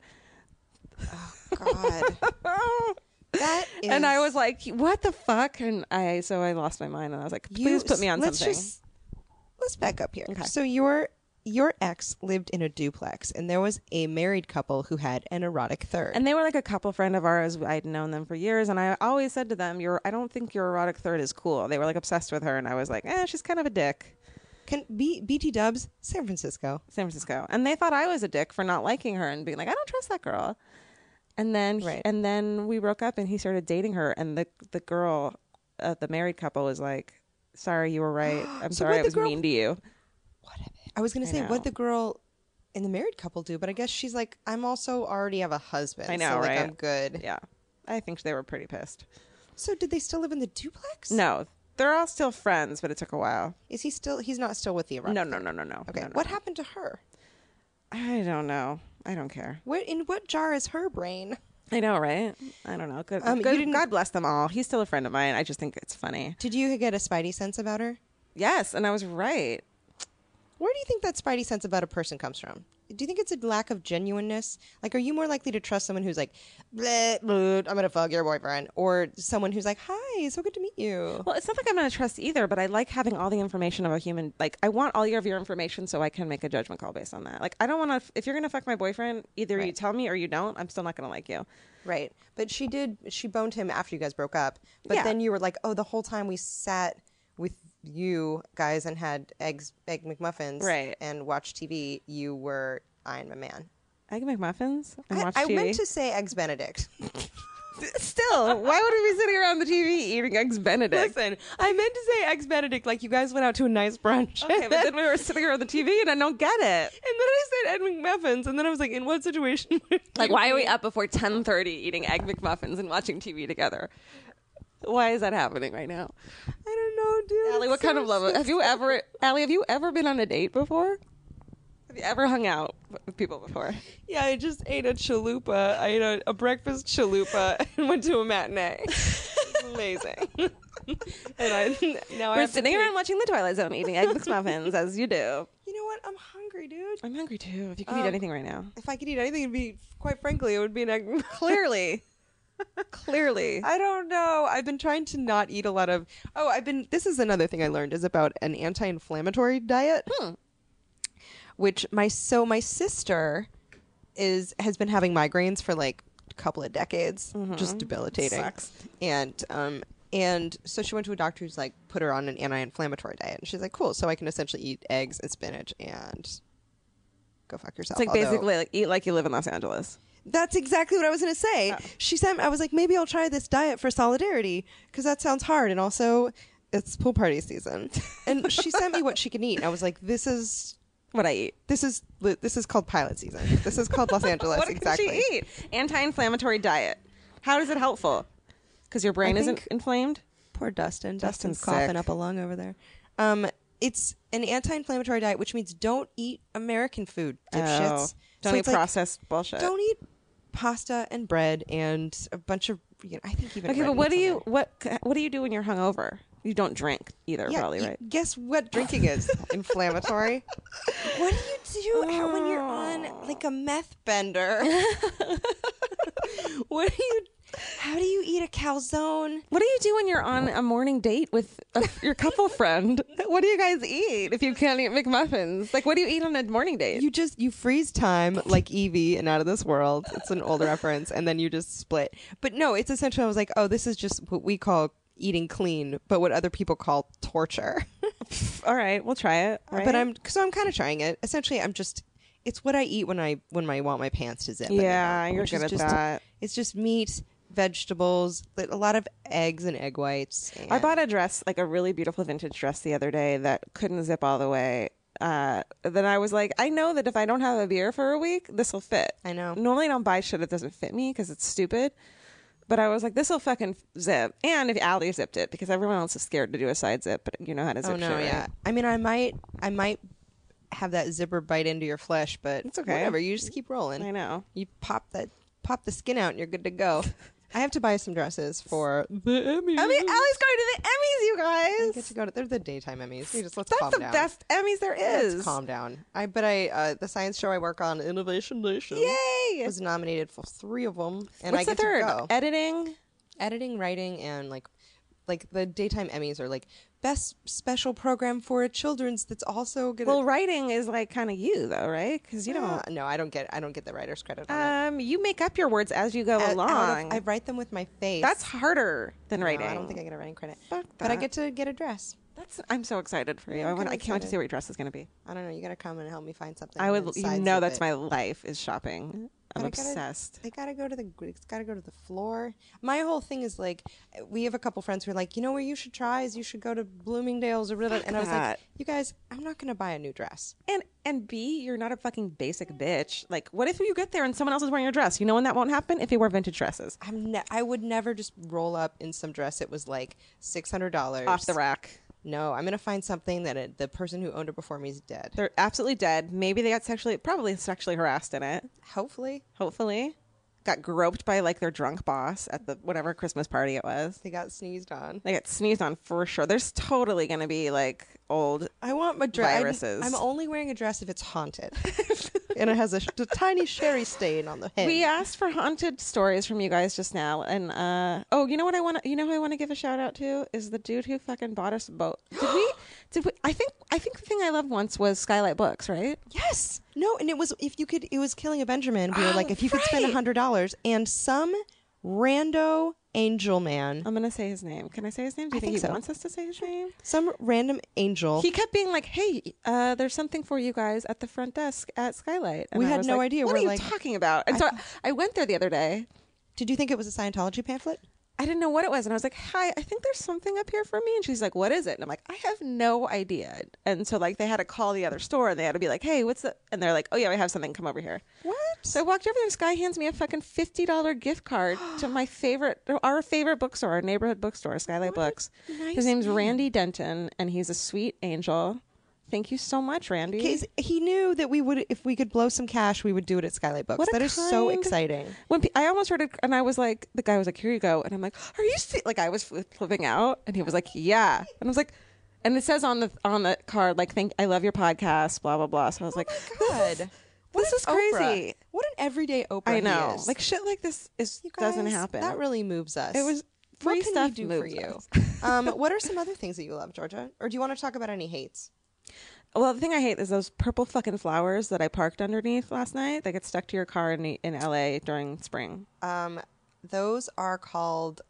Speaker 5: God. Oh, that is.
Speaker 4: And I was like, "What the fuck?" And I so I lost my mind, and I was like,
Speaker 5: you-
Speaker 4: "Please put me on
Speaker 5: let's
Speaker 4: something."
Speaker 5: Just, let's back up here. So your your ex lived in a duplex, and there was a married couple who had an erotic third.
Speaker 4: And they were like a couple friend of ours. I'd known them for years, and I always said to them, "You're. I don't think your erotic third is cool." They were like obsessed with her, and I was like, "Eh, she's kind of a dick."
Speaker 5: Can B, BT Dubs, San Francisco.
Speaker 4: San Francisco, and they thought I was a dick for not liking her and being like, "I don't trust that girl." And then,
Speaker 5: Right.
Speaker 4: and then we broke up, and he started dating her, and the the girl, uh, the married couple, was like, "Sorry, you were right. I'm
Speaker 5: So
Speaker 4: sorry,
Speaker 5: what'd
Speaker 4: I
Speaker 5: the
Speaker 4: was
Speaker 5: girl-
Speaker 4: mean to you."
Speaker 5: I was gonna say
Speaker 4: know.
Speaker 5: what the girl in the married couple do, but I guess she's like, I'm also already have a husband.
Speaker 4: I know,
Speaker 5: so, like,
Speaker 4: right?
Speaker 5: I'm good.
Speaker 4: Yeah, I think they were pretty pissed.
Speaker 5: So did they still live in the duplex?
Speaker 4: No, they're all still friends, but it took a while.
Speaker 5: Is he still? He's not still with the erotic.
Speaker 4: No,
Speaker 5: third.
Speaker 4: no, no, no, no.
Speaker 5: Okay.
Speaker 4: no, no,
Speaker 5: what
Speaker 4: no.
Speaker 5: happened to her?
Speaker 4: I don't know. I don't care.
Speaker 5: Where in what jar is her brain?
Speaker 4: I know, right? I don't know. Good,
Speaker 5: Um, you
Speaker 4: good-
Speaker 5: didn't-
Speaker 4: God bless them all. He's still a friend of mine. I just think it's funny.
Speaker 5: Did you get a spidey sense about her?
Speaker 4: Yes, and I was right.
Speaker 5: Where do you think that spidey sense about a person comes from? Do you think it's a lack of genuineness? Like, are you more likely to trust someone who's like, bleh, bleh, I'm gonna fuck your boyfriend, or someone who's like, hi, so good to meet you?
Speaker 4: Well, it's not like I'm going to trust either, but I like having all the information of a human. Like, I want all your- of your information so I can make a judgment call based on that. Like, I don't want to. If you're going to fuck my boyfriend, either you
Speaker 5: Right.
Speaker 4: tell me or you don't. I'm still not going to like you.
Speaker 5: Right. But she did, she boned him after you guys broke up. But
Speaker 4: Yeah.
Speaker 5: then you were like, oh, the whole time we sat with you guys and had eggs, egg McMuffins,
Speaker 4: Right.
Speaker 5: and watched TV, you were I am a man.
Speaker 4: I can make muffins and
Speaker 5: I,
Speaker 4: watch
Speaker 5: I
Speaker 4: TV.
Speaker 5: meant to say eggs Benedict.
Speaker 4: Still, why would we be sitting around the TV eating eggs Benedict?
Speaker 3: Listen, I meant to say eggs Benedict, like you guys went out to a nice brunch.
Speaker 4: Okay, but then we were sitting around the TV, and I don't get it.
Speaker 3: And then I said Ed McMuffins, and then I was like, in what situation? would
Speaker 4: Like,
Speaker 3: you-
Speaker 4: why are we up before ten thirty eating egg McMuffins and watching TV together? Why is that happening right now?
Speaker 3: I don't know, dude.
Speaker 4: Allie, what
Speaker 3: It's so
Speaker 4: kind of love? Have you ever, Allie, have you ever been on a date before? Have you ever hung out with people before?
Speaker 3: Yeah, I just ate a chalupa. I ate a, a breakfast chalupa and went to a matinee. It was Amazing. and I now I
Speaker 4: We're
Speaker 3: have to
Speaker 4: sitting
Speaker 3: take-
Speaker 4: around watching The Twilight Zone, eating egg McMuffins as you do. Oh.
Speaker 3: You know what? I'm hungry, dude.
Speaker 4: I'm hungry too. If you could
Speaker 3: Um,
Speaker 4: eat anything right now,
Speaker 3: If I could eat anything, it'd be quite frankly, it would be an egg.
Speaker 4: clearly, clearly,
Speaker 3: I don't know. I've been trying to not eat a lot of. Oh, I've been. This is another thing I learned is about an anti-inflammatory diet,
Speaker 4: Hmm.
Speaker 3: which my so my sister is has been having migraines for like a couple of decades,
Speaker 4: Mm-hmm.
Speaker 3: just debilitating. And um and so she went to a doctor who's like put her on an anti-inflammatory diet, and she's like, cool, so I can essentially eat eggs and spinach and go fuck yourself.
Speaker 4: it's like
Speaker 3: although-
Speaker 4: basically like eat like you live in Los Angeles.
Speaker 3: that's exactly what I was going to say. She sent. I was like, maybe I'll try this diet for solidarity because that sounds hard, and also it's pool party season. And she sent me what she can eat. And I was like, this is
Speaker 4: What I eat.
Speaker 3: this is this is called pilot season. This is called Los Angeles.
Speaker 4: what can
Speaker 3: exactly.
Speaker 4: she eat? Anti-inflammatory diet. How is it helpful? Because your brain
Speaker 3: I
Speaker 4: isn't
Speaker 3: think-
Speaker 4: inflamed.
Speaker 3: Poor Dustin.
Speaker 4: Dustin's
Speaker 3: Dustin's coughing
Speaker 4: sick.
Speaker 3: up a lung over there. Um, it's an anti-inflammatory diet, which means don't eat American food, dipshits.
Speaker 4: Oh, don't
Speaker 3: So
Speaker 4: eat
Speaker 3: it's like,
Speaker 4: processed bullshit.
Speaker 3: Don't eat pasta and bread and a bunch of. You know, I think even
Speaker 4: Okay,
Speaker 3: red
Speaker 4: but what
Speaker 3: meat's
Speaker 4: do
Speaker 3: on
Speaker 4: you
Speaker 3: there.
Speaker 4: what what do you do when you're hungover? You don't drink either, probably,
Speaker 3: you-
Speaker 4: right?
Speaker 3: Guess what drinking is? Inflammatory. What do you do when you're on like a meth bender? what do you? How do you eat a calzone?
Speaker 4: What do you do when you're on a morning date with a, your couple friend? What do you guys eat if you can't eat McMuffins? Like, what do you eat on a morning date?
Speaker 3: You just you freeze time like Evie and Out of This World. It's an old reference, and then you just split. But no, it's essentially I was like, oh, this is just what we call eating clean, but what other people call torture.
Speaker 4: All right, we'll try it. right?
Speaker 3: But I'm so I'm kind of trying it. Essentially, I'm just it's what I eat when I when I want my pants to zip. and they
Speaker 4: Yeah,
Speaker 3: don't,
Speaker 4: you're
Speaker 3: which is
Speaker 4: good at
Speaker 3: just-
Speaker 4: that.
Speaker 3: It's just meat, vegetables, like a lot of eggs and egg whites. And
Speaker 4: I bought a dress, like a really beautiful vintage dress, the other day that couldn't zip all the way. Uh, then I was like, I know that if I don't have a beer for a week, this will fit.
Speaker 3: I know.
Speaker 4: Normally, I don't buy shit that doesn't fit me because it's stupid. But I was like, this will fucking zip. And if Allie zipped it, because everyone else is scared to do a side zip, but you know how to zip
Speaker 3: Oh no,
Speaker 4: shit, right?
Speaker 3: yeah. I mean, I might I might have that zipper bite into your flesh, but
Speaker 4: It's okay.
Speaker 3: Whatever, you just keep rolling.
Speaker 4: I know.
Speaker 3: You pop that pop the skin out, and you're good to go. I have to buy some dresses for the Emmys.
Speaker 4: I mean, Ellie's going to the Emmys, you
Speaker 3: I
Speaker 4: guys.
Speaker 3: get to go to. They're the daytime Emmys. We just let's
Speaker 4: That's
Speaker 3: calm
Speaker 4: the
Speaker 3: down.
Speaker 4: best Emmys there
Speaker 3: Let's
Speaker 4: is.
Speaker 3: calm down. I but I uh, the science show I work on, Innovation Nation,
Speaker 4: Yay!
Speaker 3: was nominated for three of them, and
Speaker 4: What's
Speaker 3: I get
Speaker 4: the third?
Speaker 3: to go.
Speaker 4: Editing.
Speaker 3: Editing, writing, and like like the daytime Emmys are like best special program for a children's. That's also gonna.
Speaker 4: Well, writing is like kind of you though, right? Because you
Speaker 3: Uh,
Speaker 4: don't.
Speaker 3: no, I don't get. I don't get the writer's credit. On it.
Speaker 4: Um, you make up your words as you go
Speaker 3: Out- out of-
Speaker 4: along.
Speaker 3: I write them with my face.
Speaker 4: That's harder than
Speaker 3: No,
Speaker 4: writing.
Speaker 3: I don't think I get a writing credit.
Speaker 4: Fuck
Speaker 3: But I
Speaker 4: that.
Speaker 3: get to get a dress.
Speaker 4: That's. I'm so excited for you. I, want,
Speaker 3: kinda
Speaker 4: I can't wait to
Speaker 3: excited.
Speaker 4: see what your dress is going to be.
Speaker 3: I don't know. You gotta come and help me find something.
Speaker 4: I
Speaker 3: and
Speaker 4: would.
Speaker 3: then
Speaker 4: You
Speaker 3: size
Speaker 4: know,
Speaker 3: zip
Speaker 4: that's
Speaker 3: it.
Speaker 4: my life is shopping. I'm
Speaker 3: But I gotta-
Speaker 4: obsessed.
Speaker 3: I gotta go to the. gr- It's gotta go to the floor. My whole thing is like, we have a couple friends who are like, you know, where you should try is you should go to Bloomingdale's or whatever. And I was
Speaker 4: that.
Speaker 3: like, you guys, I'm not gonna buy a new dress.
Speaker 4: And and B, you're not a fucking basic bitch. Like, what if you get there and someone else is wearing your dress? You know when that won't happen if you wear vintage dresses
Speaker 3: I'm. Ne- I would never just roll up in some dress. It was like six hundred dollars
Speaker 4: off the rack.
Speaker 3: No, I'm gonna find something that it, the person who owned it before me is dead.
Speaker 4: They're absolutely dead. Maybe they got sexually, probably sexually harassed in it.
Speaker 3: Hopefully,
Speaker 4: Hopefully, got groped by like their drunk boss at the whatever Christmas party it was.
Speaker 3: they got sneezed on.
Speaker 4: They got sneezed on for sure. There's totally gonna be like old.
Speaker 3: I want my dress.
Speaker 4: Viruses.
Speaker 3: I'm only wearing a dress if it's haunted, and it has a, sh- a tiny sherry stain on the head.
Speaker 4: We asked for haunted stories from you guys just now, and uh, oh, you know what I want? to You know who I want to give a shout out to is the dude who fucking bought us a boat. Did we? Did we? I think I think the thing I loved once was Skylight Books, right?
Speaker 3: Yes. No, and it was if you could it was killing a Benjamin. We were like,
Speaker 4: Oh,
Speaker 3: if you could spend a
Speaker 4: right.
Speaker 3: hundred dollars and some rando angel man
Speaker 4: I'm gonna say his name. Can I say his name? Do you
Speaker 3: I
Speaker 4: think,
Speaker 3: think
Speaker 4: he
Speaker 3: so.
Speaker 4: wants us to say his name?
Speaker 3: some random angel
Speaker 4: He kept being like, "Hey, uh, there's something for you guys at the front desk at Skylight." And
Speaker 3: We
Speaker 4: I
Speaker 3: had
Speaker 4: was
Speaker 3: no
Speaker 4: like,
Speaker 3: idea.
Speaker 4: What
Speaker 3: We're
Speaker 4: are you
Speaker 3: like-
Speaker 4: talking about? And so I, I went there the other day.
Speaker 3: Did you think it was a Scientology pamphlet?
Speaker 4: I didn't know what it was, and I was like, "Hi, I think there's something up here for me." And she's like, "What is it?" And I'm like, "I have no idea." And so like they had to call the other store, and they had to be like, "Hey, what's the?" And they're like, "Oh yeah, we have something. Come over here."
Speaker 3: What?
Speaker 4: So I walked over there. and This guy hands me a fucking fifty dollar gift card to my favorite, our favorite bookstore, our neighborhood bookstore, Skylight Books. His name's Randy Denton, and he's a sweet angel. Thank you so much, Randy.
Speaker 3: Because he knew that we would if we could blow some cash, we would do it at Skylight Books.
Speaker 4: What a
Speaker 3: That is so
Speaker 4: kind-
Speaker 3: exciting.
Speaker 4: When pe- I almost heard it, and I was like, the guy was like, "Here you go," and I'm like, "Are you see-? like?" I was fli- flipping out, and he was like, "Yeah," and I was like, and it says on the on the card like, "Thank, I love your podcast," blah blah blah. So I was like,
Speaker 3: Oh God.
Speaker 4: "This is crazy."
Speaker 3: What an everyday Oprah.
Speaker 4: I
Speaker 3: he
Speaker 4: know,
Speaker 3: is.
Speaker 4: like shit like this is
Speaker 3: You
Speaker 4: doesn't
Speaker 3: guys,
Speaker 4: happen.
Speaker 3: That really moves us.
Speaker 4: It was free
Speaker 3: what can
Speaker 4: stuff
Speaker 3: we do for
Speaker 4: moves
Speaker 3: you?
Speaker 4: us.
Speaker 3: um, what are some other things that you love, Georgia? Or do you want to talk about any hates?
Speaker 4: Well, the thing I hate is those purple fucking flowers that I parked underneath last night. They get stuck to your car in in LA during spring.
Speaker 3: Um, those are called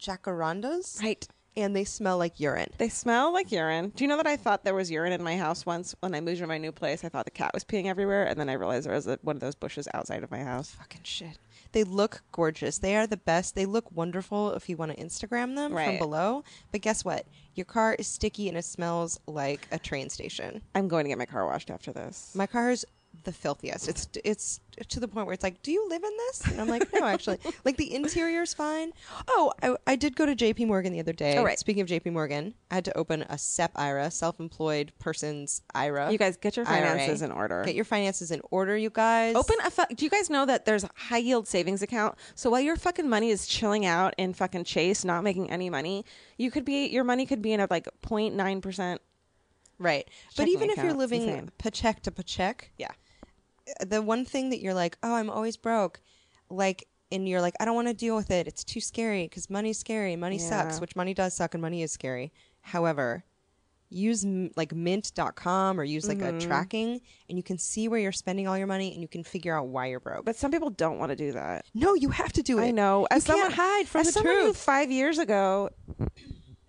Speaker 3: jacarandas,
Speaker 4: Right.
Speaker 3: and they smell like urine.
Speaker 4: They smell like urine. Do you know that I thought there was urine in my house once when I moved to my new place? I thought the cat was peeing everywhere, and then I realized there was a, one of those bushes outside of my house.
Speaker 3: Fucking shit. They look gorgeous. They are the best. They look wonderful if you want to Instagram them from
Speaker 4: Right.
Speaker 3: below. But guess what? Your car is sticky and it smells like a train station.
Speaker 4: I'm going to get my car washed after this.
Speaker 3: My car is the filthiest. It's it's to the point where it's like, do you live in this? And I'm like, no, actually. like the interior's fine. Oh, I, I did go to J.P. Morgan the other day.
Speaker 4: Oh, right.
Speaker 3: Speaking of J.P. Morgan, I had to open a SEP IRA, self-employed person's IRA.
Speaker 4: You guys get your
Speaker 3: IRA.
Speaker 4: finances in order.
Speaker 3: Get your finances in order, you guys.
Speaker 4: Open a fu- Do you guys know that there's a high yield savings account? So while your fucking money is chilling out in fucking Chase, not making any money, you could be your money could be in a like 0.9 percent.
Speaker 3: right. But
Speaker 4: Checking
Speaker 3: even if you're
Speaker 4: account,
Speaker 3: living
Speaker 4: insane.
Speaker 3: paycheck to paycheck,
Speaker 4: Yeah.
Speaker 3: the one thing that you're like, oh, I'm always broke, like, and you're like, I don't want to deal with it. It's too scary because money's scary. Money
Speaker 4: Yeah.
Speaker 3: sucks, which money does suck, and money is scary. However, use m- like mint.com or use like a
Speaker 4: Mm-hmm.
Speaker 3: tracking, and you can see where you're spending all your money and you can figure out why you're broke.
Speaker 4: But some people don't want to do that.
Speaker 3: no, you have to do it.
Speaker 4: I know.
Speaker 3: You
Speaker 4: As someone
Speaker 3: can't hide from
Speaker 4: as
Speaker 3: the
Speaker 4: someone who
Speaker 3: truth.
Speaker 4: five years ago,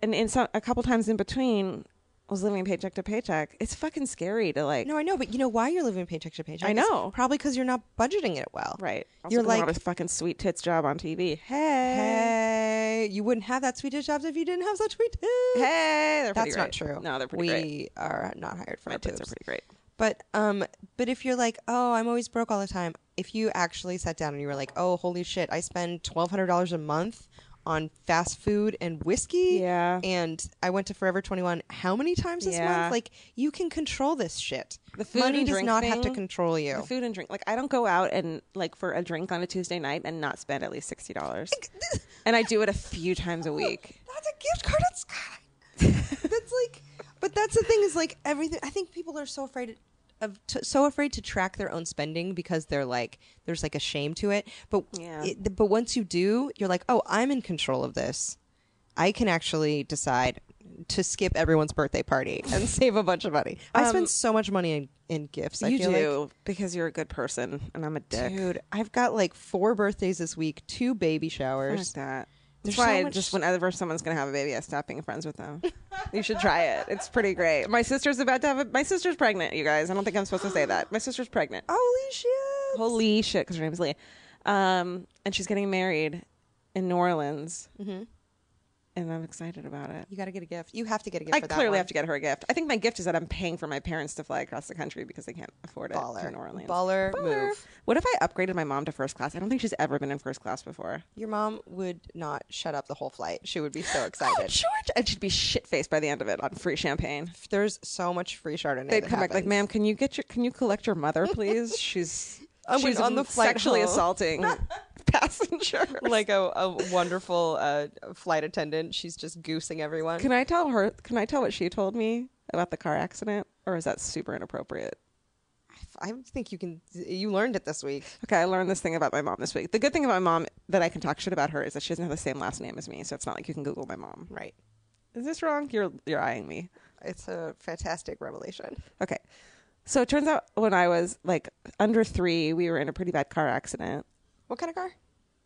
Speaker 4: and in some, a couple times in between, was living paycheck to paycheck. It's fucking scary to like.
Speaker 3: no, I know, but you know why you're living paycheck to paycheck.
Speaker 4: I
Speaker 3: It's
Speaker 4: know.
Speaker 3: probably because you're not budgeting it well.
Speaker 4: right. Also
Speaker 3: you're
Speaker 4: 'cause I
Speaker 3: like,
Speaker 4: want a fucking sweet tits job on TV. Hey,
Speaker 3: hey, you wouldn't have that sweet dish jobs if you didn't have such sweet dish.
Speaker 4: hey, they're pretty
Speaker 3: That's not
Speaker 4: great.
Speaker 3: true.
Speaker 4: No, they're pretty
Speaker 3: we
Speaker 4: great.
Speaker 3: are not hired for
Speaker 4: My
Speaker 3: our
Speaker 4: tits are
Speaker 3: boobs.
Speaker 4: pretty great.
Speaker 3: But um, but if you're like, oh, I'm always broke all the time. If you actually sat down and you were like, oh, holy shit, I spend twelve hundred dollars a month on fast food and whiskey.
Speaker 4: Yeah.
Speaker 3: And I went to Forever 21 how many times this
Speaker 4: Yeah.
Speaker 3: month? Like, you can control this shit.
Speaker 4: The food
Speaker 3: Money
Speaker 4: and
Speaker 3: does
Speaker 4: drink
Speaker 3: not have to
Speaker 4: thing-
Speaker 3: control you.
Speaker 4: The food and drink. Like I don't go out and like for a drink on a Tuesday night and not spend at least sixty dollars. and I do it a few times a week.
Speaker 3: That's a gift card at Sky. that's like, but that's the thing is like everything. I think people are so afraid of t- so afraid to track their own spending because they're like there's like a shame to it. But
Speaker 4: Yeah.
Speaker 3: it, but once you do, you're like, oh, I'm in control of this. I can actually decide to skip everyone's birthday party and save a bunch of money. I spend so much money in, in gifts. I
Speaker 4: you
Speaker 3: feel
Speaker 4: do because you're a good person, and I'm a dick.
Speaker 3: like, dude. I've got like four birthdays this week, two baby
Speaker 4: Fuck
Speaker 3: showers.
Speaker 4: that.
Speaker 3: There's
Speaker 4: That's
Speaker 3: so
Speaker 4: why I
Speaker 3: much-
Speaker 4: just whenever someone's gonna have a baby, I stop being friends with them. you should try it. It's pretty great. My sister's about to have a. My sister's pregnant. You guys, I don't think I'm supposed to say that. My sister's pregnant.
Speaker 3: Holy shit!
Speaker 4: Holy shit! Because her name's Leah, um, and she's getting married in New Orleans, and I'm excited about it.
Speaker 3: Mm-hmm. You got to get a gift. You have to get a gift.
Speaker 4: I
Speaker 3: for that
Speaker 4: clearly
Speaker 3: one.
Speaker 4: have to get her a gift. I think my gift is that I'm paying for my parents to fly across the country because they can't afford it
Speaker 3: Baller.
Speaker 4: to New Orleans.
Speaker 3: Baller move.
Speaker 4: What if I upgraded my mom to first class? I don't think she's ever been in first class before.
Speaker 3: Your mom would not shut up the whole flight. She would be so excited.
Speaker 4: Oh, George, and she'd be shit faced by the end of it on free champagne.
Speaker 3: There's so much free Chardonnay.
Speaker 4: They'd
Speaker 3: that
Speaker 4: come back like,
Speaker 3: happens.
Speaker 4: "Ma'am, can you get your can you collect your mother, please? She's
Speaker 3: Oh, wait,
Speaker 4: she's
Speaker 3: on the flight
Speaker 4: sexually
Speaker 3: home."
Speaker 4: assaulting passengers."
Speaker 3: like a, a wonderful uh, flight attendant. She's just goosing everyone.
Speaker 4: can I tell her? Can I tell what she told me about the car accident, or is that super inappropriate?
Speaker 3: I think you can. You learned it this week.
Speaker 4: Okay, I learned this thing about my mom this week. The good thing about my mom that I can talk shit about her is that she doesn't have the same last name as me, so it's not like you can Google my mom.
Speaker 3: Right.
Speaker 4: Is this wrong? You're you're eyeing me.
Speaker 3: It's a fantastic revelation.
Speaker 4: Okay. So it turns out when I was like under three, we were in a pretty bad car accident.
Speaker 3: What kind of car?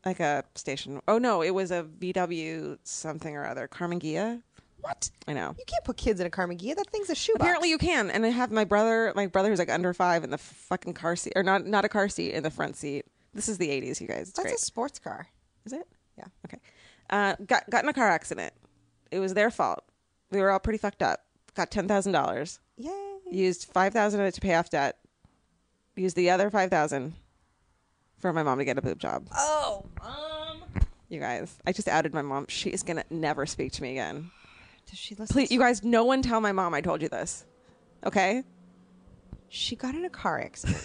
Speaker 4: Like a station. Oh no, it was a VW something or other. Carmen Ghia.
Speaker 3: What?
Speaker 4: I know.
Speaker 3: You can't put kids in a Carmen Ghia. That thing's a shoebox.
Speaker 4: Apparently you can. And I have my brother, my brother who's like under five in the fucking car seat, or not not a car seat in the front seat. This is the 80s, you guys. It's
Speaker 3: that's
Speaker 4: great.
Speaker 3: a sports car.
Speaker 4: Is it?
Speaker 3: Yeah.
Speaker 4: Okay. Uh, got got in a car accident. It was their fault. We were all pretty fucked up. Got ten thousand dollars.
Speaker 3: Yay!
Speaker 4: Used five thousand of it to pay off debt. Used the other five thousand for my mom to get a boob job. Oh,
Speaker 3: um.
Speaker 4: mom! You guys, I just outed my mom. She is gonna never speak to me again.
Speaker 3: Does she listen?
Speaker 4: Please, you guys, no one tell my mom I told you this. Okay.
Speaker 3: She got in a car accident.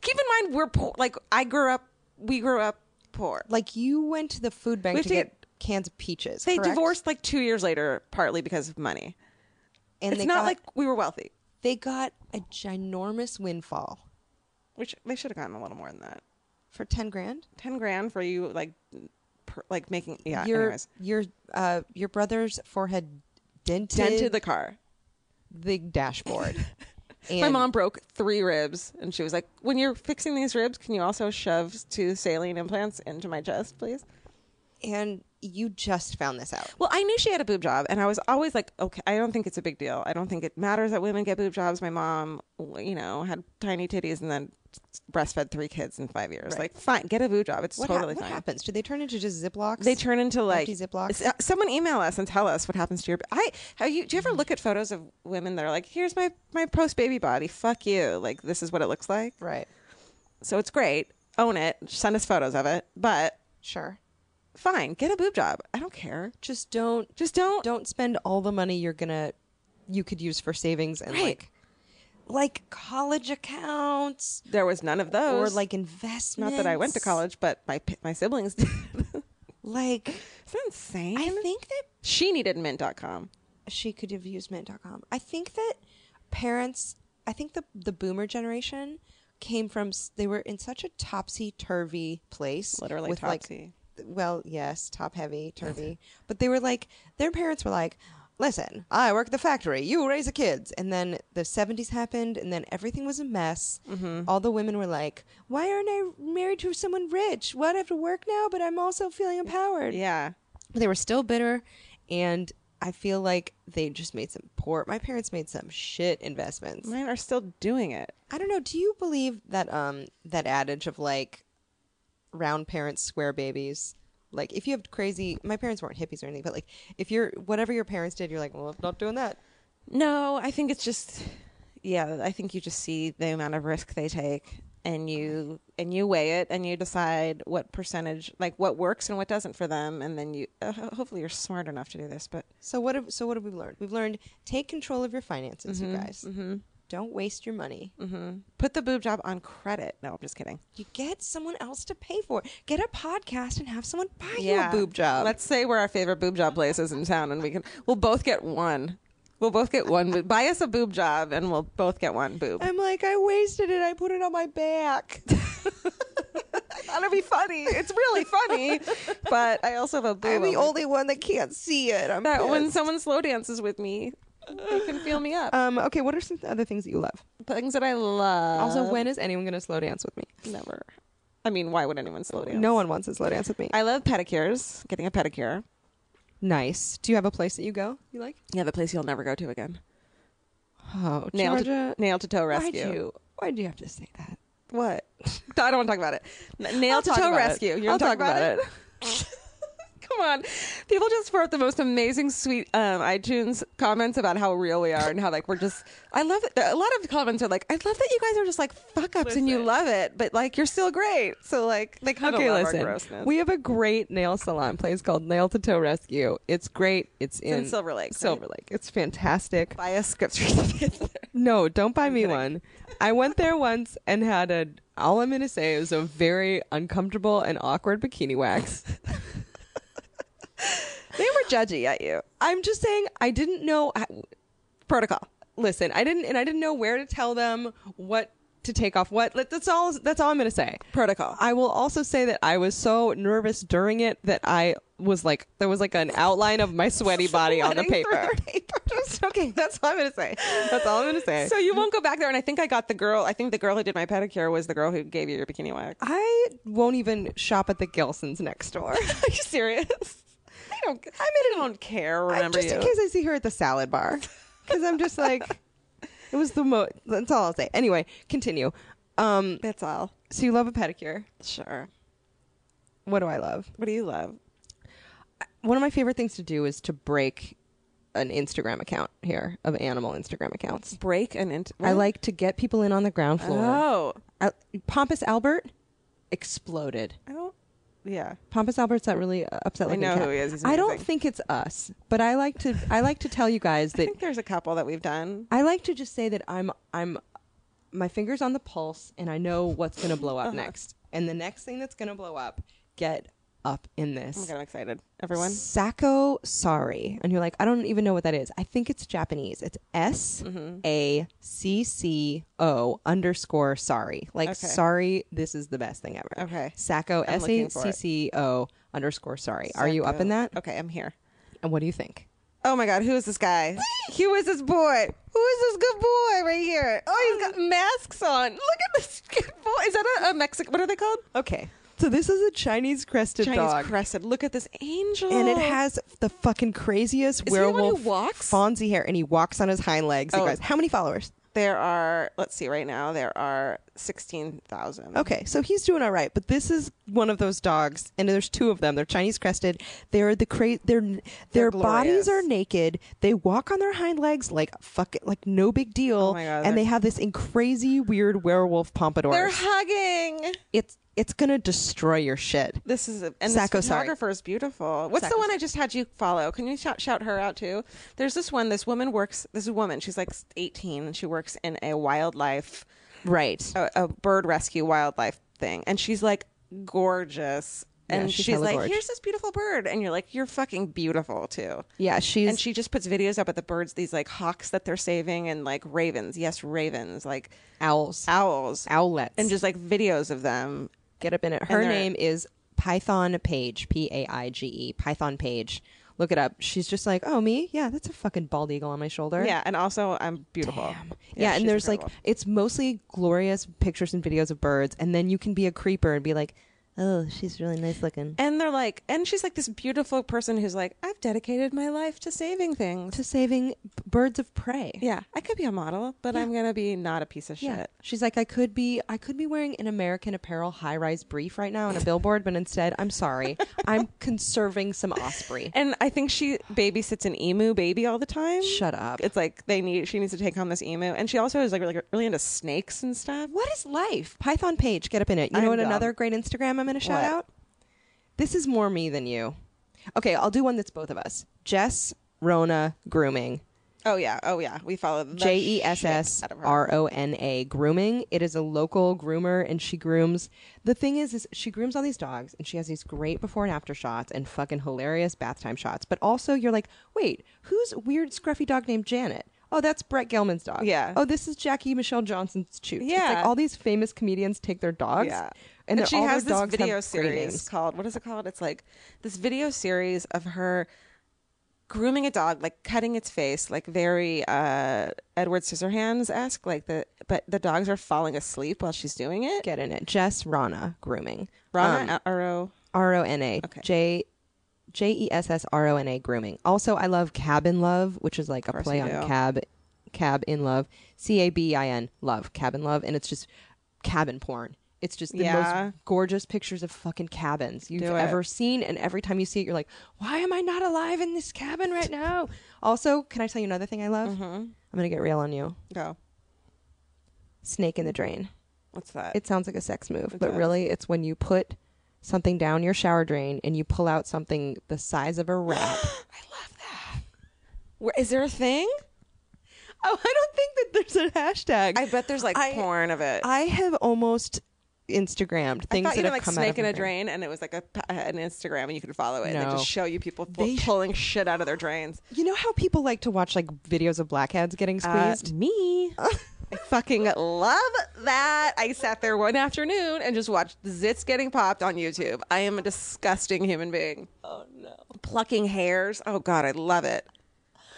Speaker 4: Keep in mind we're poor. Like I grew up. We grew up poor.
Speaker 3: like you went to the food bank
Speaker 4: We
Speaker 3: to,
Speaker 4: have to
Speaker 3: get cans of peaches.
Speaker 4: They
Speaker 3: correct?
Speaker 4: divorced like two years later, partly because of money.
Speaker 3: and
Speaker 4: it's
Speaker 3: they
Speaker 4: not
Speaker 3: got-
Speaker 4: like we were wealthy,
Speaker 3: they got a ginormous windfall
Speaker 4: which they should have gotten a little more than that.
Speaker 3: for 10 grand
Speaker 4: Ten grand for you, like, per, like making yeah.
Speaker 3: your
Speaker 4: anyways,
Speaker 3: your uh your brother's forehead dented,
Speaker 4: dented the car.
Speaker 3: the dashboard and
Speaker 4: My mom broke three ribs, and she was like, "When you're fixing these ribs, can you also shove two saline implants into my chest, please?"
Speaker 3: and you just found this out
Speaker 4: Well, I knew she had a boob job, and I was always like, okay, I don't think it's a big deal. I don't think it matters that women get boob jobs. My mom, you know, had tiny titties and then breastfed three kids in five years. Like, fine, get a boob job. It's
Speaker 3: what, ha-
Speaker 4: totally
Speaker 3: what
Speaker 4: fine.
Speaker 3: happens do they turn into just ziplocs
Speaker 4: They turn into like
Speaker 3: Empty Ziplocs?
Speaker 4: S- uh, Someone email us and tell us what happens to your. I how you do you ever
Speaker 3: Mm-hmm.
Speaker 4: look at photos of women that are like, here's my my post baby body. Fuck you. Like this is what it looks like.
Speaker 3: right
Speaker 4: So it's great. Own it. Send us photos of it. But
Speaker 3: sure
Speaker 4: fine, get a boob job. I don't care.
Speaker 3: just don't
Speaker 4: Just don't.
Speaker 3: don't spend all the money you're gonna you could use for savings and
Speaker 4: Right.
Speaker 3: like like college accounts
Speaker 4: There was none of those.
Speaker 3: or like investments
Speaker 4: not that I went to college, but my p- my siblings did.
Speaker 3: like
Speaker 4: Is that insane?
Speaker 3: i think that
Speaker 4: she needed mint.com.
Speaker 3: she could have used mint.com. I think that parents, I think the the boomer generation came from s- they were in such a topsy turvy place
Speaker 4: Literally
Speaker 3: with
Speaker 4: topsy.
Speaker 3: like well, yes, top heavy, turvy. but they were like their parents were like, "Listen, I work the factory, you raise the kids." And then the 70s happened and then everything was a mess.
Speaker 4: Mm-hmm.
Speaker 3: All the women were like, "Why aren't I married to someone rich? What I have to work now, but I'm also feeling empowered."
Speaker 4: Yeah.
Speaker 3: they were still bitter and i feel like they just made some poor my parents made some shit investments
Speaker 4: Mine are still doing it.
Speaker 3: i don't know do you believe that um that adage of like round parents square babies like if you have crazy my parents weren't hippies or anything but like if you're whatever your parents did you're like well i'm not doing that
Speaker 4: No, I think it's just, yeah, I think you just see the amount of risk they take and you and you weigh it and you decide what percentage like what works and what doesn't for them and then you uh, ho- hopefully you're smart enough to do this but
Speaker 3: So what have so what have we learned? We've learned take control of your finances, you guys. Don't waste your money.
Speaker 4: put the boob job on credit no i'm just kidding
Speaker 3: You get someone else to pay for. it. Get a podcast and have someone buy you a boob job.
Speaker 4: let's say where our favorite boob job place is in town and we can we'll both get one we'll both get one boob- buy us a boob job and we'll both get one boob
Speaker 3: I'm like, I wasted it. I put it on my back.
Speaker 4: that'll be funny it's really funny but i also have a boob
Speaker 3: I'm the
Speaker 4: on my-
Speaker 3: only one that can't see it. I'm
Speaker 4: that when
Speaker 3: pissed.
Speaker 4: someone slow dances with me they can feel me up
Speaker 3: Um. Okay. What are some other things that you love?
Speaker 4: things that i love
Speaker 3: Also, when is anyone going to slow dance with me?
Speaker 4: Never. I mean, why would anyone slow down?
Speaker 3: No one wants to slow dance with me.
Speaker 4: I love pedicures, getting a pedicure.
Speaker 3: nice. Do you have a place that you go? You like?
Speaker 4: Yeah, the place you'll never go to again.
Speaker 3: Oh,
Speaker 4: Nail to,
Speaker 3: Georgia.
Speaker 4: nail to toe
Speaker 3: why'd
Speaker 4: rescue.
Speaker 3: you? Why'd you have to say that?
Speaker 4: What? I don't want to talk about it. N- Nail
Speaker 3: I'll
Speaker 4: to
Speaker 3: talk
Speaker 4: toe
Speaker 3: about it.
Speaker 4: rescue. You're
Speaker 3: I'll
Speaker 4: talk
Speaker 3: talk
Speaker 4: about,
Speaker 3: about
Speaker 4: it. Come on. People just wrote the most amazing, sweet um, iTunes comments about how real we are and how, like, we're just. I love it. A lot of comments are like, I love that you guys are just like fuck ups and you love it, but, like, you're still great. So, like, they kind
Speaker 3: Okay,
Speaker 4: of love our
Speaker 3: listen.
Speaker 4: grossness.
Speaker 3: We have a great nail salon place called Nail to Toe Rescue. It's great. It's in,
Speaker 4: in Silver Lake, right?
Speaker 3: Silver Lake. It's fantastic.
Speaker 4: buy a script for there.
Speaker 3: No, don't buy me one. I went there once and had a. All I'm gonna say is a very uncomfortable and awkward bikini wax.
Speaker 4: They were judgy
Speaker 3: E.
Speaker 4: at you.
Speaker 3: I'm just saying, I didn't know. I,
Speaker 4: Protocol.
Speaker 3: listen, I didn't, and I didn't know where to tell them um, what to take off. What Like, that's all. That's all I'm gonna say.
Speaker 4: Protocol.
Speaker 3: I will also say that I was so nervous during it that I was like, there was like an outline of my sweaty body on the
Speaker 4: Sweating through
Speaker 3: paper.
Speaker 4: the paper.
Speaker 3: Just- okay, that's all I'm gonna say. That's all I'm gonna say.
Speaker 4: So you won't go back there. And I think I got the girl. I think the girl who did my pedicure was the girl who gave you your bikini wax.
Speaker 3: I won't even shop at the Gilsons next door.
Speaker 4: Are you serious? I don't. I mean, I don't care. Remember
Speaker 3: just
Speaker 4: you?
Speaker 3: in case I see her at the salad bar, because I'm just like, it was the most. That's all I'll say. Anyway, continue. Um,
Speaker 4: That's all.
Speaker 3: so you love a pedicure.
Speaker 4: Sure.
Speaker 3: What do I love?
Speaker 4: What do you love?
Speaker 3: One of my favorite things to do is to break an Instagram account here of animal Instagram accounts.
Speaker 4: Break and int-
Speaker 3: I like to get people in on the ground floor.
Speaker 4: Oh,
Speaker 3: I, Pompous Albert exploded.
Speaker 4: I don't. Yeah.
Speaker 3: Pompous Albert's that really upset. looking
Speaker 4: know
Speaker 3: cat.
Speaker 4: who he is. He's
Speaker 3: I don't
Speaker 4: amazing.
Speaker 3: think it's us, but I like to. I like to tell you guys
Speaker 4: I
Speaker 3: that
Speaker 4: think there's a couple that we've done.
Speaker 3: I like to just say that I'm I'm my fingers on the pulse and I know what's going to blow
Speaker 4: Uh-huh.
Speaker 3: up next. And the next thing that's going to blow up, get up in
Speaker 4: Oh my
Speaker 3: this.
Speaker 4: god, I'm excited. Everyone.
Speaker 3: Sacco sorry. And you're like, I don't even know what that is. I think it's Japanese. It's S
Speaker 4: Mm-hmm.
Speaker 3: A C C O underscore sorry. Like
Speaker 4: Okay.
Speaker 3: sorry, this is the best thing ever.
Speaker 4: Okay.
Speaker 3: Sacco
Speaker 4: I'm
Speaker 3: S
Speaker 4: looking
Speaker 3: A
Speaker 4: for it.
Speaker 3: C C O underscore sorry. Are you up in that?
Speaker 4: Okay, I'm here.
Speaker 3: And what do you think?
Speaker 4: Oh my God, who is this guy? who is this boy? Who is this good boy right here? Oh, he's got masks on. Look at this good boy. Is that a, a Mexican? What are they called?
Speaker 3: Okay. So this is a Chinese crested
Speaker 4: Chinese
Speaker 3: dog.
Speaker 4: crested. Look at this angel.
Speaker 3: and it has the fucking craziest
Speaker 4: Is he the one who
Speaker 3: werewolf
Speaker 4: walks?
Speaker 3: Fonzie hair, and he walks on his hind legs. you
Speaker 4: Oh.
Speaker 3: guys. how many followers?
Speaker 4: There are. Let's see. Right now, there are sixteen thousand.
Speaker 3: Okay, so he's doing all right, but this is one of those dogs, and there's two of them. They're Chinese crested. They're the cra- they're, their
Speaker 4: glorious.
Speaker 3: bodies are naked. They walk on their hind legs like fuck it, like no big deal.
Speaker 4: Oh my God,
Speaker 3: and
Speaker 4: they're-
Speaker 3: they have this in crazy weird werewolf pompadour.
Speaker 4: They're hugging.
Speaker 3: it's it's gonna destroy your shit.
Speaker 4: This is a, and
Speaker 3: Sacco,
Speaker 4: this
Speaker 3: sorry.
Speaker 4: photographer is beautiful. What's the
Speaker 3: Sacco,
Speaker 4: one I just had you follow? Can you shout shout her out too? There's this one. This woman works. This is a woman. She's like 18, and she works in a wildlife.
Speaker 3: Right.
Speaker 4: a, a bird rescue wildlife thing, and she's like gorgeous.
Speaker 3: Yeah,
Speaker 4: And she's,
Speaker 3: she's hella
Speaker 4: like,
Speaker 3: gorge.
Speaker 4: here's this beautiful bird. And you're like, you're fucking beautiful too.
Speaker 3: Yeah, she's
Speaker 4: and she just puts videos up at the birds, these like hawks that they're saving and like ravens. Yes, ravens, like
Speaker 3: owls.
Speaker 4: owls.
Speaker 3: Owlets.
Speaker 4: And just like videos of them.
Speaker 3: get up in it. Her
Speaker 4: they're-
Speaker 3: name is Python Page, P A I G E, Python Page. Look it up. She's just like, oh me, yeah, that's a fucking bald eagle on my shoulder.
Speaker 4: Yeah. And also, I'm beautiful.
Speaker 3: Yeah, and
Speaker 4: she's
Speaker 3: there's
Speaker 4: incredible.
Speaker 3: like it's mostly glorious pictures and videos of birds, and then you can be a creeper and be like,
Speaker 5: oh, she's really nice looking.
Speaker 4: And they're like, and she's like this beautiful person who's like, I've dedicated my life to saving things.
Speaker 5: To saving b- birds of prey.
Speaker 4: Yeah, I could be a model, but I'm gonna be not a piece of shit.
Speaker 5: Yeah. She's like, I could be I could be wearing an American apparel high rise brief right now on a billboard, but instead I'm sorry. I'm conserving some osprey.
Speaker 4: And I think she babysits an emu baby all the time.
Speaker 5: Shut up.
Speaker 4: It's like they need she needs to take home this emu, and she also is like really, really into snakes and stuff.
Speaker 5: What is life? Python page, get up in it. You know
Speaker 4: I'm
Speaker 5: what
Speaker 4: dumb.
Speaker 5: another great Instagram I'm gonna shout
Speaker 4: What?
Speaker 5: out?
Speaker 3: This is more me than you. Okay, I'll do one that's both of us. Jess Rona Grooming.
Speaker 4: Oh yeah, oh yeah. We follow the
Speaker 3: J E S S
Speaker 4: shit out of her.
Speaker 3: R O N A grooming. It is a local groomer and she grooms. The thing is is she grooms all these dogs and she has these great before and after shots and fucking hilarious bath time shots. But also you're like, "Wait, who's weird scruffy dog named Janet?" Oh, that's Brett Gelman's dog.
Speaker 4: Yeah.
Speaker 3: Oh, this is Jackie Michelle Johnson's chooch. It's
Speaker 4: Yeah.
Speaker 3: like all these famous comedians take their dogs.
Speaker 4: Yeah.
Speaker 3: And,
Speaker 4: And,
Speaker 3: they're-
Speaker 4: she
Speaker 3: all
Speaker 4: has
Speaker 3: their
Speaker 4: this
Speaker 3: dogs have
Speaker 4: video
Speaker 3: great
Speaker 4: series
Speaker 3: names.
Speaker 4: called what is it called? It's like this video series of her grooming a dog, like cutting its face, like very uh Edward Scissorhands esque, like the but the dogs are falling asleep while she's doing it.
Speaker 3: Get in it. Jess Rana grooming. Um,
Speaker 4: Rana Aro.
Speaker 3: R O N A J J E S S R O N A grooming. Also, I love cabin love, which is like a play
Speaker 4: you
Speaker 3: on
Speaker 4: do.
Speaker 3: cab, cab in love, C A B I N love, cabin love, and it's just cabin porn. It's just the
Speaker 4: Yeah.
Speaker 3: most gorgeous pictures of fucking cabins you've
Speaker 4: Do it.
Speaker 3: ever seen, and every time you see it, you're like, why am I not alive in this cabin right now? Also, can I tell you another thing I
Speaker 4: Mm-hmm.
Speaker 3: love? I'm gonna get real on you.
Speaker 4: Go.
Speaker 3: Snake in the drain
Speaker 4: What's that?
Speaker 3: it sounds like a sex move, but
Speaker 4: does.
Speaker 3: really it's when you put something down your shower drain and you pull out something the size of a rat.
Speaker 4: Where, is there a thing?
Speaker 3: oh, I don't think that there's a hashtag.
Speaker 4: I bet there's like
Speaker 3: I-
Speaker 4: porn of it.
Speaker 3: I have almost Instagrammed
Speaker 4: I
Speaker 3: things
Speaker 4: thought
Speaker 3: that
Speaker 4: you know,
Speaker 3: have
Speaker 4: like
Speaker 3: come
Speaker 4: snake
Speaker 3: out
Speaker 4: in
Speaker 3: of
Speaker 4: a
Speaker 3: my
Speaker 4: drain, and it was like a, an Instagram, and you could follow it, and they
Speaker 3: No.
Speaker 4: just show you people pu- pulling shit out of their drains.
Speaker 3: You know how people like to watch like videos of blackheads getting
Speaker 4: Uh,
Speaker 3: squeezed?
Speaker 4: me. I fucking love that. I sat there one afternoon and just watched zits getting popped on YouTube. I am a disgusting human being. Oh no. Plucking hairs. Oh god, I love it.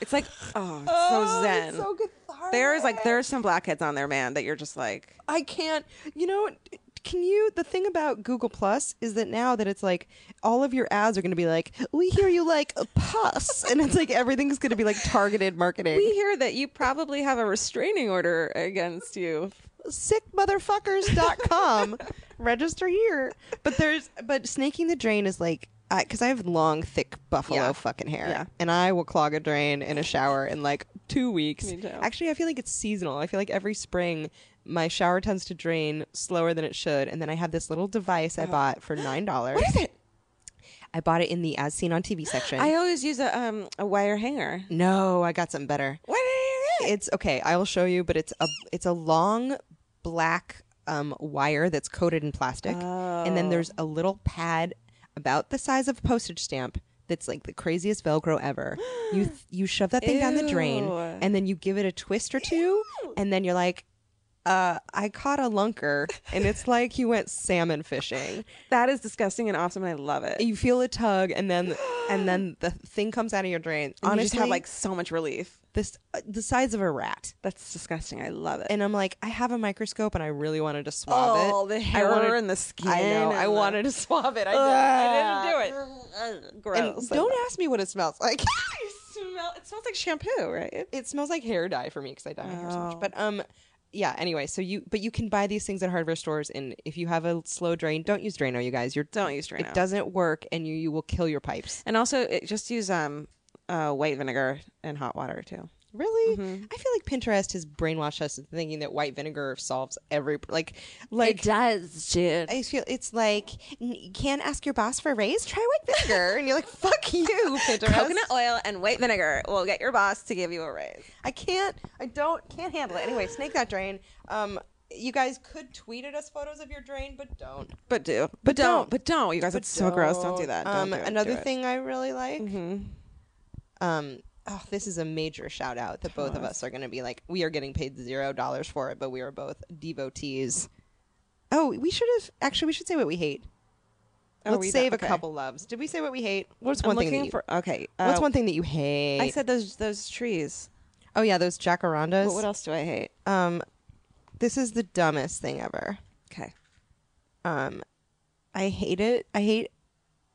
Speaker 4: It's like oh, it's so zen.
Speaker 3: so cathartic.
Speaker 4: There is like there's some blackheads on there, man, that you're just like
Speaker 3: I can't. You know, can you? The thing about Google Plus is that now that it's like all of your ads are going to be like, we hear you like pus, and it's like everything's going to be like targeted marketing.
Speaker 4: we hear that you probably have a restraining order against you.
Speaker 3: sickmotherfuckers.com. Register here. But there's but snaking the drain is like because I have long, thick buffalo
Speaker 4: Yeah.
Speaker 3: fucking hair,
Speaker 4: Yeah.
Speaker 3: and I will clog a drain in a shower in like two weeks.
Speaker 4: Me too.
Speaker 3: Actually, I feel like it's seasonal. I feel like every spring my shower tends to drain slower than it should, and then I have this little device I bought for nine dollars.
Speaker 4: What is it?
Speaker 3: I bought it in the as seen on TV section.
Speaker 4: I always use a um a wire hanger.
Speaker 3: no, I got something better.
Speaker 4: What is it?
Speaker 3: It's okay. I will show you, but it's a it's a long black um, wire that's coated in plastic, and then there's a little pad about the size of a postage stamp that's like the craziest Velcro ever. You th- you shove that thing down the drain,
Speaker 4: Ew.
Speaker 3: and then you give it a twist or two, and then you're like. Uh, I caught a lunker, and it's like you went salmon fishing.
Speaker 4: That is disgusting and awesome and I love it.
Speaker 3: You feel a tug, and then and then the thing comes out of your drain.
Speaker 4: Honestly,
Speaker 3: Honestly,
Speaker 4: you just have like so much relief.
Speaker 3: this uh, the size of a rat.
Speaker 4: That's disgusting. I love it.
Speaker 3: and I'm like, I have a microscope, and I really wanted to swab it.
Speaker 4: oh, the hair
Speaker 3: I wanted,
Speaker 4: and the skin.
Speaker 3: I know. I
Speaker 4: and the-
Speaker 3: wanted to swab it. I, didn't- I didn't do it.
Speaker 4: Ugh,
Speaker 3: And
Speaker 4: gross.
Speaker 3: don't ask me what it smells like.
Speaker 4: You smell- it smells like shampoo, right?
Speaker 3: it smells like hair dye for me because I dye my hair so
Speaker 4: Oh.
Speaker 3: much. But um, yeah. Anyway, so you but you can buy these things at hardware stores, and if you have a slow drain, don't use Drano, you guys. You're
Speaker 4: Don't use Drano.
Speaker 3: It doesn't work, and you you will kill your pipes.
Speaker 4: And also, it, just use um, uh, white vinegar and hot water too.
Speaker 3: Really, Mm-hmm. I feel like Pinterest has brainwashed us into thinking that white vinegar solves every like like
Speaker 2: does, dude.
Speaker 3: I feel it's like n- you can't ask your boss for a raise. Try white vinegar, and you're like, "Fuck you, Pinterest."
Speaker 4: Coconut oil and white vinegar will get your boss to give you a raise.
Speaker 3: I can't. I don't. Can't handle it. Anyway, snake that drain. Um, you guys could tweet at us photos of your drain, but don't.
Speaker 4: But do, but,
Speaker 3: don't.
Speaker 4: don't. but don't. You guys, it's so gross. Don't do that. Don't
Speaker 3: Um,
Speaker 4: do it.
Speaker 3: another
Speaker 4: Do it.
Speaker 3: thing I really like. Um. Oh, this is a major shout out that both of us are going to be like, we are getting paid zero dollars for it, but we are both devotees. Oh, we should have actually. We should say what we hate.
Speaker 4: Oh,
Speaker 3: Let's
Speaker 4: we don't-
Speaker 3: save a
Speaker 4: okay.
Speaker 3: couple loves. Did we say what we hate? What's
Speaker 4: I'm
Speaker 3: one thing? that
Speaker 4: looking
Speaker 3: you-
Speaker 4: for. Okay,
Speaker 3: What's
Speaker 4: uh,
Speaker 3: one thing that you hate?
Speaker 4: I said those those trees.
Speaker 3: Oh yeah, those jacarandas.
Speaker 4: But what else do I hate?
Speaker 3: Um, this is the dumbest thing ever.
Speaker 4: Okay.
Speaker 3: Um, I hate it. I hate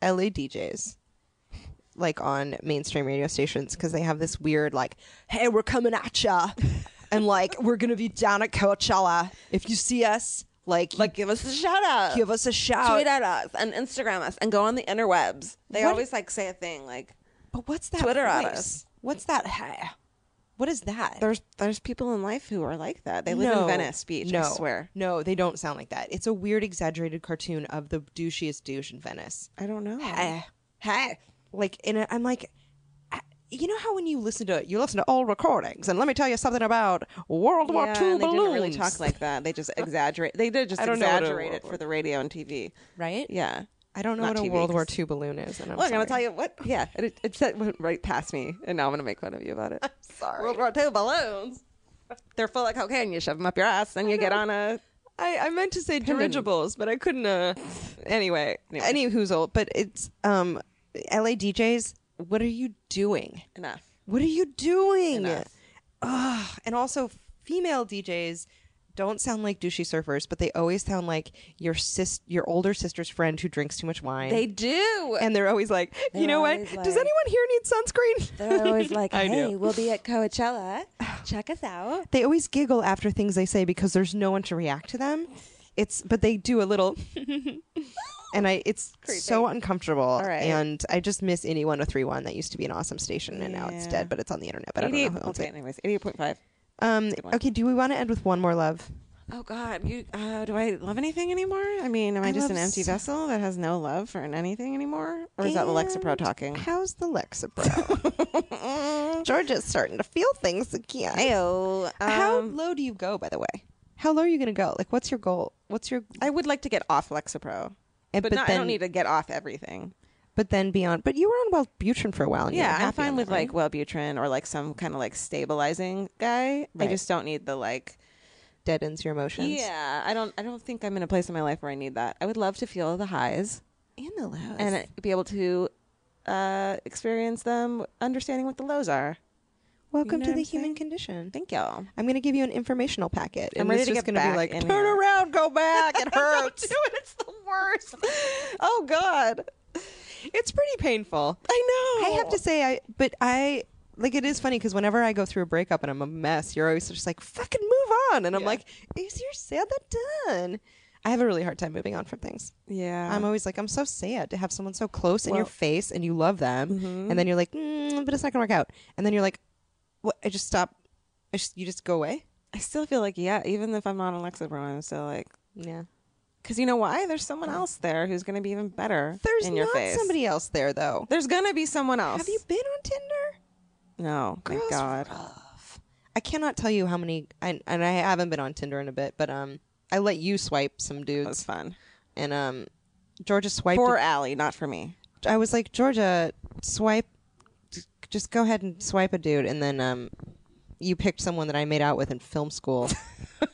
Speaker 3: LA DJs like on mainstream radio stations because they have this weird like, "Hey, we're coming at ya," and like we're gonna be down at Coachella if you see us. Like,
Speaker 4: Like, give us a shout out.
Speaker 3: give us a shout.
Speaker 4: Tweet at us and Instagram us and go on the interwebs. They always like say a thing like
Speaker 3: But what's that?
Speaker 4: Twitter at
Speaker 3: voice?
Speaker 4: us.
Speaker 3: What's that? "Hey"? What is that?
Speaker 4: there's there's people in life who are like that. They live in Venice Beach.
Speaker 3: No,
Speaker 4: I swear.
Speaker 3: No, they don't sound like that. It's a weird, exaggerated cartoon of the douchiest douche in Venice.
Speaker 4: I don't know.
Speaker 3: Eh. Hey. Like, in a, I'm like, I- you know how when you listen to you listen to all recordings, and let me tell you something about World War
Speaker 4: Yeah,
Speaker 3: II
Speaker 4: and they
Speaker 3: balloons.
Speaker 4: didn't really talk like that. They just exaggerate. They did just
Speaker 3: I don't know what a
Speaker 4: exaggerate it
Speaker 3: World
Speaker 4: for the radio and TV.
Speaker 3: right?
Speaker 4: Yeah.
Speaker 3: I don't know
Speaker 4: Not
Speaker 3: what a
Speaker 4: TV,
Speaker 3: World War
Speaker 4: 'cause-
Speaker 3: II balloon is. And I'm
Speaker 4: Look, I'm
Speaker 3: sorry.
Speaker 4: gonna tell you what. Yeah, it, it said, went right past me, and now I'm gonna make fun of you about it.
Speaker 3: sorry.
Speaker 4: World War II balloons. They're full of cocaine. You shove them up your ass, and you get on a.
Speaker 3: I, I meant to say dirigibles, but I couldn't. Uh, anyway,
Speaker 4: Anyway.
Speaker 3: any who's old, but it's um, LA DJs. What are you doing?
Speaker 4: Enough.
Speaker 3: What are you doing?
Speaker 4: Enough.
Speaker 3: Ugh. And also, female DJs don't sound like douchey surfers, but they always sound like your sis, your older sister's friend who drinks too much wine.
Speaker 4: They do.
Speaker 3: and they're always like, you know what?
Speaker 4: always
Speaker 3: Does
Speaker 4: like-
Speaker 3: anyone here need sunscreen?
Speaker 4: They're always like,
Speaker 3: I
Speaker 4: "Hey,
Speaker 3: know.
Speaker 4: we'll be at Coachella. Check us out."
Speaker 3: they always giggle after things they say because there's no one to react to them. It's but they do a little and I it's so uncomfortable.
Speaker 4: right.
Speaker 3: And I just miss any one oh three one that used to be an awesome station and now it's
Speaker 4: Yeah. E
Speaker 3: dead, but it's on the internet. But I don't know
Speaker 4: 88.
Speaker 3: who owns
Speaker 4: Okay,
Speaker 3: it.
Speaker 4: anyways, 88.5.
Speaker 3: Um
Speaker 4: one.
Speaker 3: okay, do we want to end with one more love?
Speaker 4: Oh God, you uh, do I love anything anymore? I mean, am I,
Speaker 3: I
Speaker 4: just an
Speaker 3: love
Speaker 4: empty
Speaker 3: s-
Speaker 4: vessel that has no love for anything anymore, or is that the Lexapro
Speaker 3: And
Speaker 4: talking?
Speaker 3: How's the Lexapro? Georgia's starting to feel things again.
Speaker 4: Ew.
Speaker 3: How
Speaker 4: Um,
Speaker 3: low do you go, by the way? How low are you gonna go? Like what's your goal? What's your
Speaker 4: I would like to get off Lexapro,
Speaker 3: And- Eh, but
Speaker 4: but, not, I
Speaker 3: then-
Speaker 4: don't need to get off everything.
Speaker 3: but then beyond but you were on Wellbutrin for a while and you were
Speaker 4: Yeah, I'm
Speaker 3: happy on
Speaker 4: fine
Speaker 3: that,
Speaker 4: with
Speaker 3: right?
Speaker 4: like Wellbutrin or like some kind of like stabilizing guy. I
Speaker 3: Right.
Speaker 4: just don't need the like.
Speaker 3: deadens your emotions.
Speaker 4: Yeah, I don't. I don't think I'm in a place in my life where I need that. I would love to feel the highs
Speaker 3: And the lows.
Speaker 4: and uh, be able to uh, experience them, understanding what the lows are.
Speaker 3: welcome
Speaker 4: know
Speaker 3: to
Speaker 4: what
Speaker 3: the
Speaker 4: I'm
Speaker 3: human
Speaker 4: saying?
Speaker 3: condition.
Speaker 4: Thank y'all.
Speaker 3: I'm going to give you an informational packet.
Speaker 4: I'm
Speaker 3: and
Speaker 4: ready
Speaker 3: it's
Speaker 4: to
Speaker 3: just
Speaker 4: get
Speaker 3: gonna
Speaker 4: back
Speaker 3: be like,
Speaker 4: in
Speaker 3: turn
Speaker 4: here."
Speaker 3: around, go back. It hurts.
Speaker 4: It's the worst. oh God.
Speaker 3: it's pretty painful.
Speaker 4: I know.
Speaker 3: I have to say, I but I like it is funny because whenever I go through a breakup and I'm a mess, you're always just like, fucking move on. And I'm like, easier said than done. I have a really hard time moving on from things.
Speaker 4: Yeah.
Speaker 3: I'm always like, I'm so sad to have someone so close in your
Speaker 4: Well-
Speaker 3: face and you love them, and then you're like, mm, but it's not gonna work out, and then you're like, what? I just stop. I just, you just go away.
Speaker 4: I still feel like yeah, even if I'm not on Lexapro, I'm still like,
Speaker 3: Yeah.
Speaker 4: because you know why? There's someone else there who's going to be even better.
Speaker 3: There's
Speaker 4: in
Speaker 3: not
Speaker 4: your face.
Speaker 3: somebody else there though.
Speaker 4: There's going to be someone else.
Speaker 3: Have you been on Tinder?
Speaker 4: No. Thank
Speaker 3: Girls,
Speaker 4: God.
Speaker 3: rough. I cannot tell you how many, I, and I haven't been on Tinder in a bit, but um, I let you swipe some
Speaker 4: That was
Speaker 3: dudes,
Speaker 4: fun.
Speaker 3: and um, Georgia swiped.
Speaker 4: For Allie, not for me.
Speaker 3: I was like, Georgia, swipe, just go ahead and swipe a dude, and then um, you picked someone that I made out with in film school,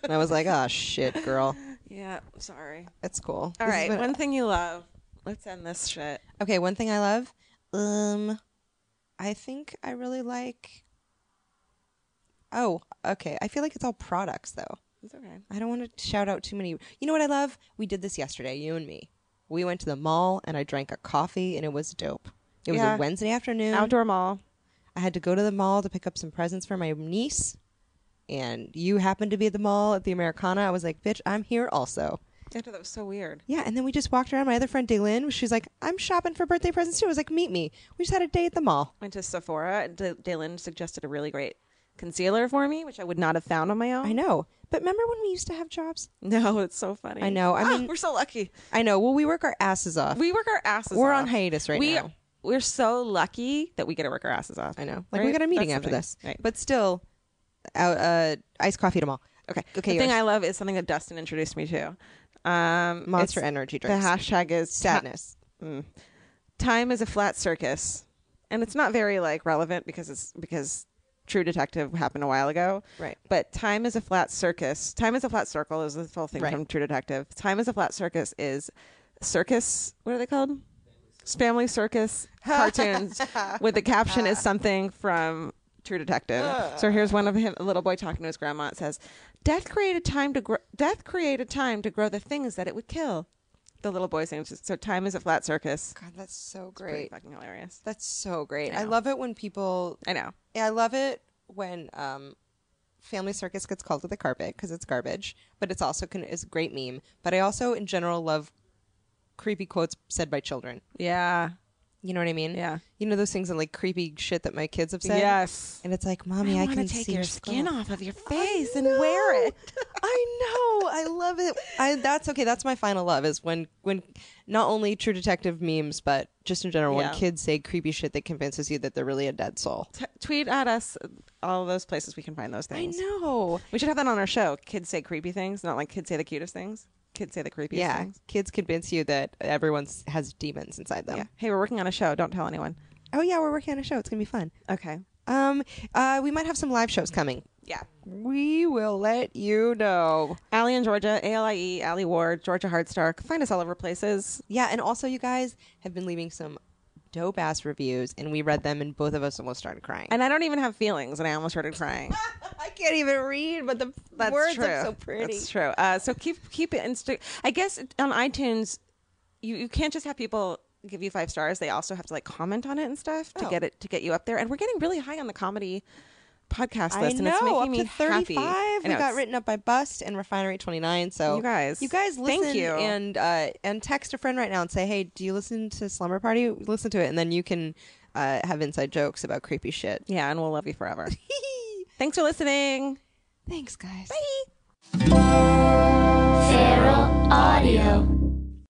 Speaker 3: and I was like, oh shit, girl,
Speaker 4: Yeah. Sorry.
Speaker 3: that's cool.
Speaker 4: All
Speaker 3: This has
Speaker 4: right.
Speaker 3: been-
Speaker 4: One thing you love. Let's end this shit.
Speaker 3: okay, one thing I love, um, I think I really like. Oh, okay. I feel like it's all products though.
Speaker 4: It's okay.
Speaker 3: I don't want to shout out too many. You know what I love? We did this yesterday, you and me. We went to the mall and I drank a coffee and it was dope. It was
Speaker 4: Yeah.
Speaker 3: a Wednesday afternoon.
Speaker 4: Outdoor mall.
Speaker 3: I had to go to the mall to pick up some presents for my niece and you happened to be at the mall at the Americana. I was like, "Bitch, I'm here also."
Speaker 4: I thought that was so weird.
Speaker 3: Yeah, and then we just walked around. My other friend Daylin, she's like, "I'm shopping for birthday presents too." I was like, "Meet me." We just had a day at the mall.
Speaker 4: Went to Sephora. D- Daylin suggested a really great concealer for me, which I would not have found on my own.
Speaker 3: I know. But remember when we used to have jobs?
Speaker 4: No, it's so funny.
Speaker 3: I know. I
Speaker 4: Ah,
Speaker 3: mean-
Speaker 4: we're so lucky.
Speaker 3: I know. Well, we work our asses off.
Speaker 4: We work our asses.
Speaker 3: We're
Speaker 4: off.
Speaker 3: on hiatus right
Speaker 4: we,
Speaker 3: now.
Speaker 4: We're so lucky that we get to work our asses off.
Speaker 3: I know. Like we
Speaker 4: Right?
Speaker 3: got a meeting
Speaker 4: That's
Speaker 3: after
Speaker 4: the thing.
Speaker 3: this,
Speaker 4: Right.
Speaker 3: but still, uh, uh, iced coffee tomorrow.
Speaker 4: okay.
Speaker 3: Okay,
Speaker 4: The thing
Speaker 3: yours.
Speaker 4: I love is something that Dustin introduced me to. Um,
Speaker 3: Monster
Speaker 4: it's-
Speaker 3: energy
Speaker 4: The
Speaker 3: drinks.
Speaker 4: hashtag is ti-
Speaker 3: Sadness.
Speaker 4: time is a flat circus, and it's not very like relevant because it's because True Detective happened a while ago.
Speaker 3: Right.
Speaker 4: But time is a flat circus. Time is a flat circle is the whole thing
Speaker 3: Right.
Speaker 4: from True Detective. Time is a flat circus is circus. What are they called? Family circus cartoons with the caption is something from True Detective. So here's one of him, a little boy talking to his grandma. It says, "Death created time to grow. Death created time to grow the things that it would kill." The little boy's name. So time is a flat circus.
Speaker 3: God, that's so
Speaker 4: Pretty
Speaker 3: great.
Speaker 4: fucking hilarious.
Speaker 3: That's so great.
Speaker 4: I
Speaker 3: I,
Speaker 4: know.
Speaker 3: love it when people.
Speaker 4: I know.
Speaker 3: Yeah, I love it when um, Family Circus gets called to the carpet because it's garbage, but it's also can, is a great meme. But I also, in general, love creepy quotes said by children.
Speaker 4: Yeah.
Speaker 3: You know what I mean?
Speaker 4: Yeah.
Speaker 3: You know those things and like creepy shit that my kids have said.
Speaker 4: Yes.
Speaker 3: And it's like, mommy, I,
Speaker 4: wanna
Speaker 3: can see your skull."
Speaker 4: off of your face
Speaker 3: I know. I love it. I that's okay. That's my final love is when when not only true detective memes, but just in general
Speaker 4: Yeah.
Speaker 3: when kids say creepy shit that convinces you that they're really a dead soul.
Speaker 4: T- tweet at us all those places we can find those things.
Speaker 3: know.
Speaker 4: We should have that on our show. Kids say creepy things, not like kids say the cutest things. Kids say the creepiest
Speaker 3: Yeah,
Speaker 4: things.
Speaker 3: kids convince you that everyone s- has demons inside them.
Speaker 4: Yeah. Hey, we're working on a show. Don't tell anyone.
Speaker 3: Oh yeah, we're working on a show. It's gonna be fun.
Speaker 4: Okay.
Speaker 3: Um, uh, we might have some live shows coming.
Speaker 4: Yeah.
Speaker 3: We will let you know.
Speaker 4: Allie in Georgia, A L I E, Allie Ward, Georgia Hardstark. Find us all over places.
Speaker 3: Yeah, and also you guys have been leaving some dope ass reviews, and we read them, and both of us almost started crying.
Speaker 4: And I don't even have feelings, and I almost started crying.
Speaker 3: I can't even read, but the
Speaker 4: That's true. That's true. Uh, so keep keep it. Insta- I guess it- on iTunes, you, you can't just have people give you five stars. They also have to like comment on it and stuff to
Speaker 3: Oh.
Speaker 4: get it to get you up there. And we're getting really high on the comedy podcast
Speaker 3: I
Speaker 4: list,
Speaker 3: know.
Speaker 4: and it's making
Speaker 3: up
Speaker 4: me
Speaker 3: to
Speaker 4: happy.
Speaker 3: thirty-five,
Speaker 4: I
Speaker 3: we
Speaker 4: know,
Speaker 3: got
Speaker 4: it's-
Speaker 3: written up by Bust and Refinery Twenty Nine. So
Speaker 4: You guys-
Speaker 3: you guys,
Speaker 4: thank
Speaker 3: listen
Speaker 4: you.
Speaker 3: and uh, and text a friend right now and say, "Hey, do you listen to Slumber Party? Listen to it, and then you can uh, have inside jokes about creepy shit."
Speaker 4: Yeah, and we'll love you forever. Thanks for listening.
Speaker 3: Thanks, guys.
Speaker 2: Feral Audio.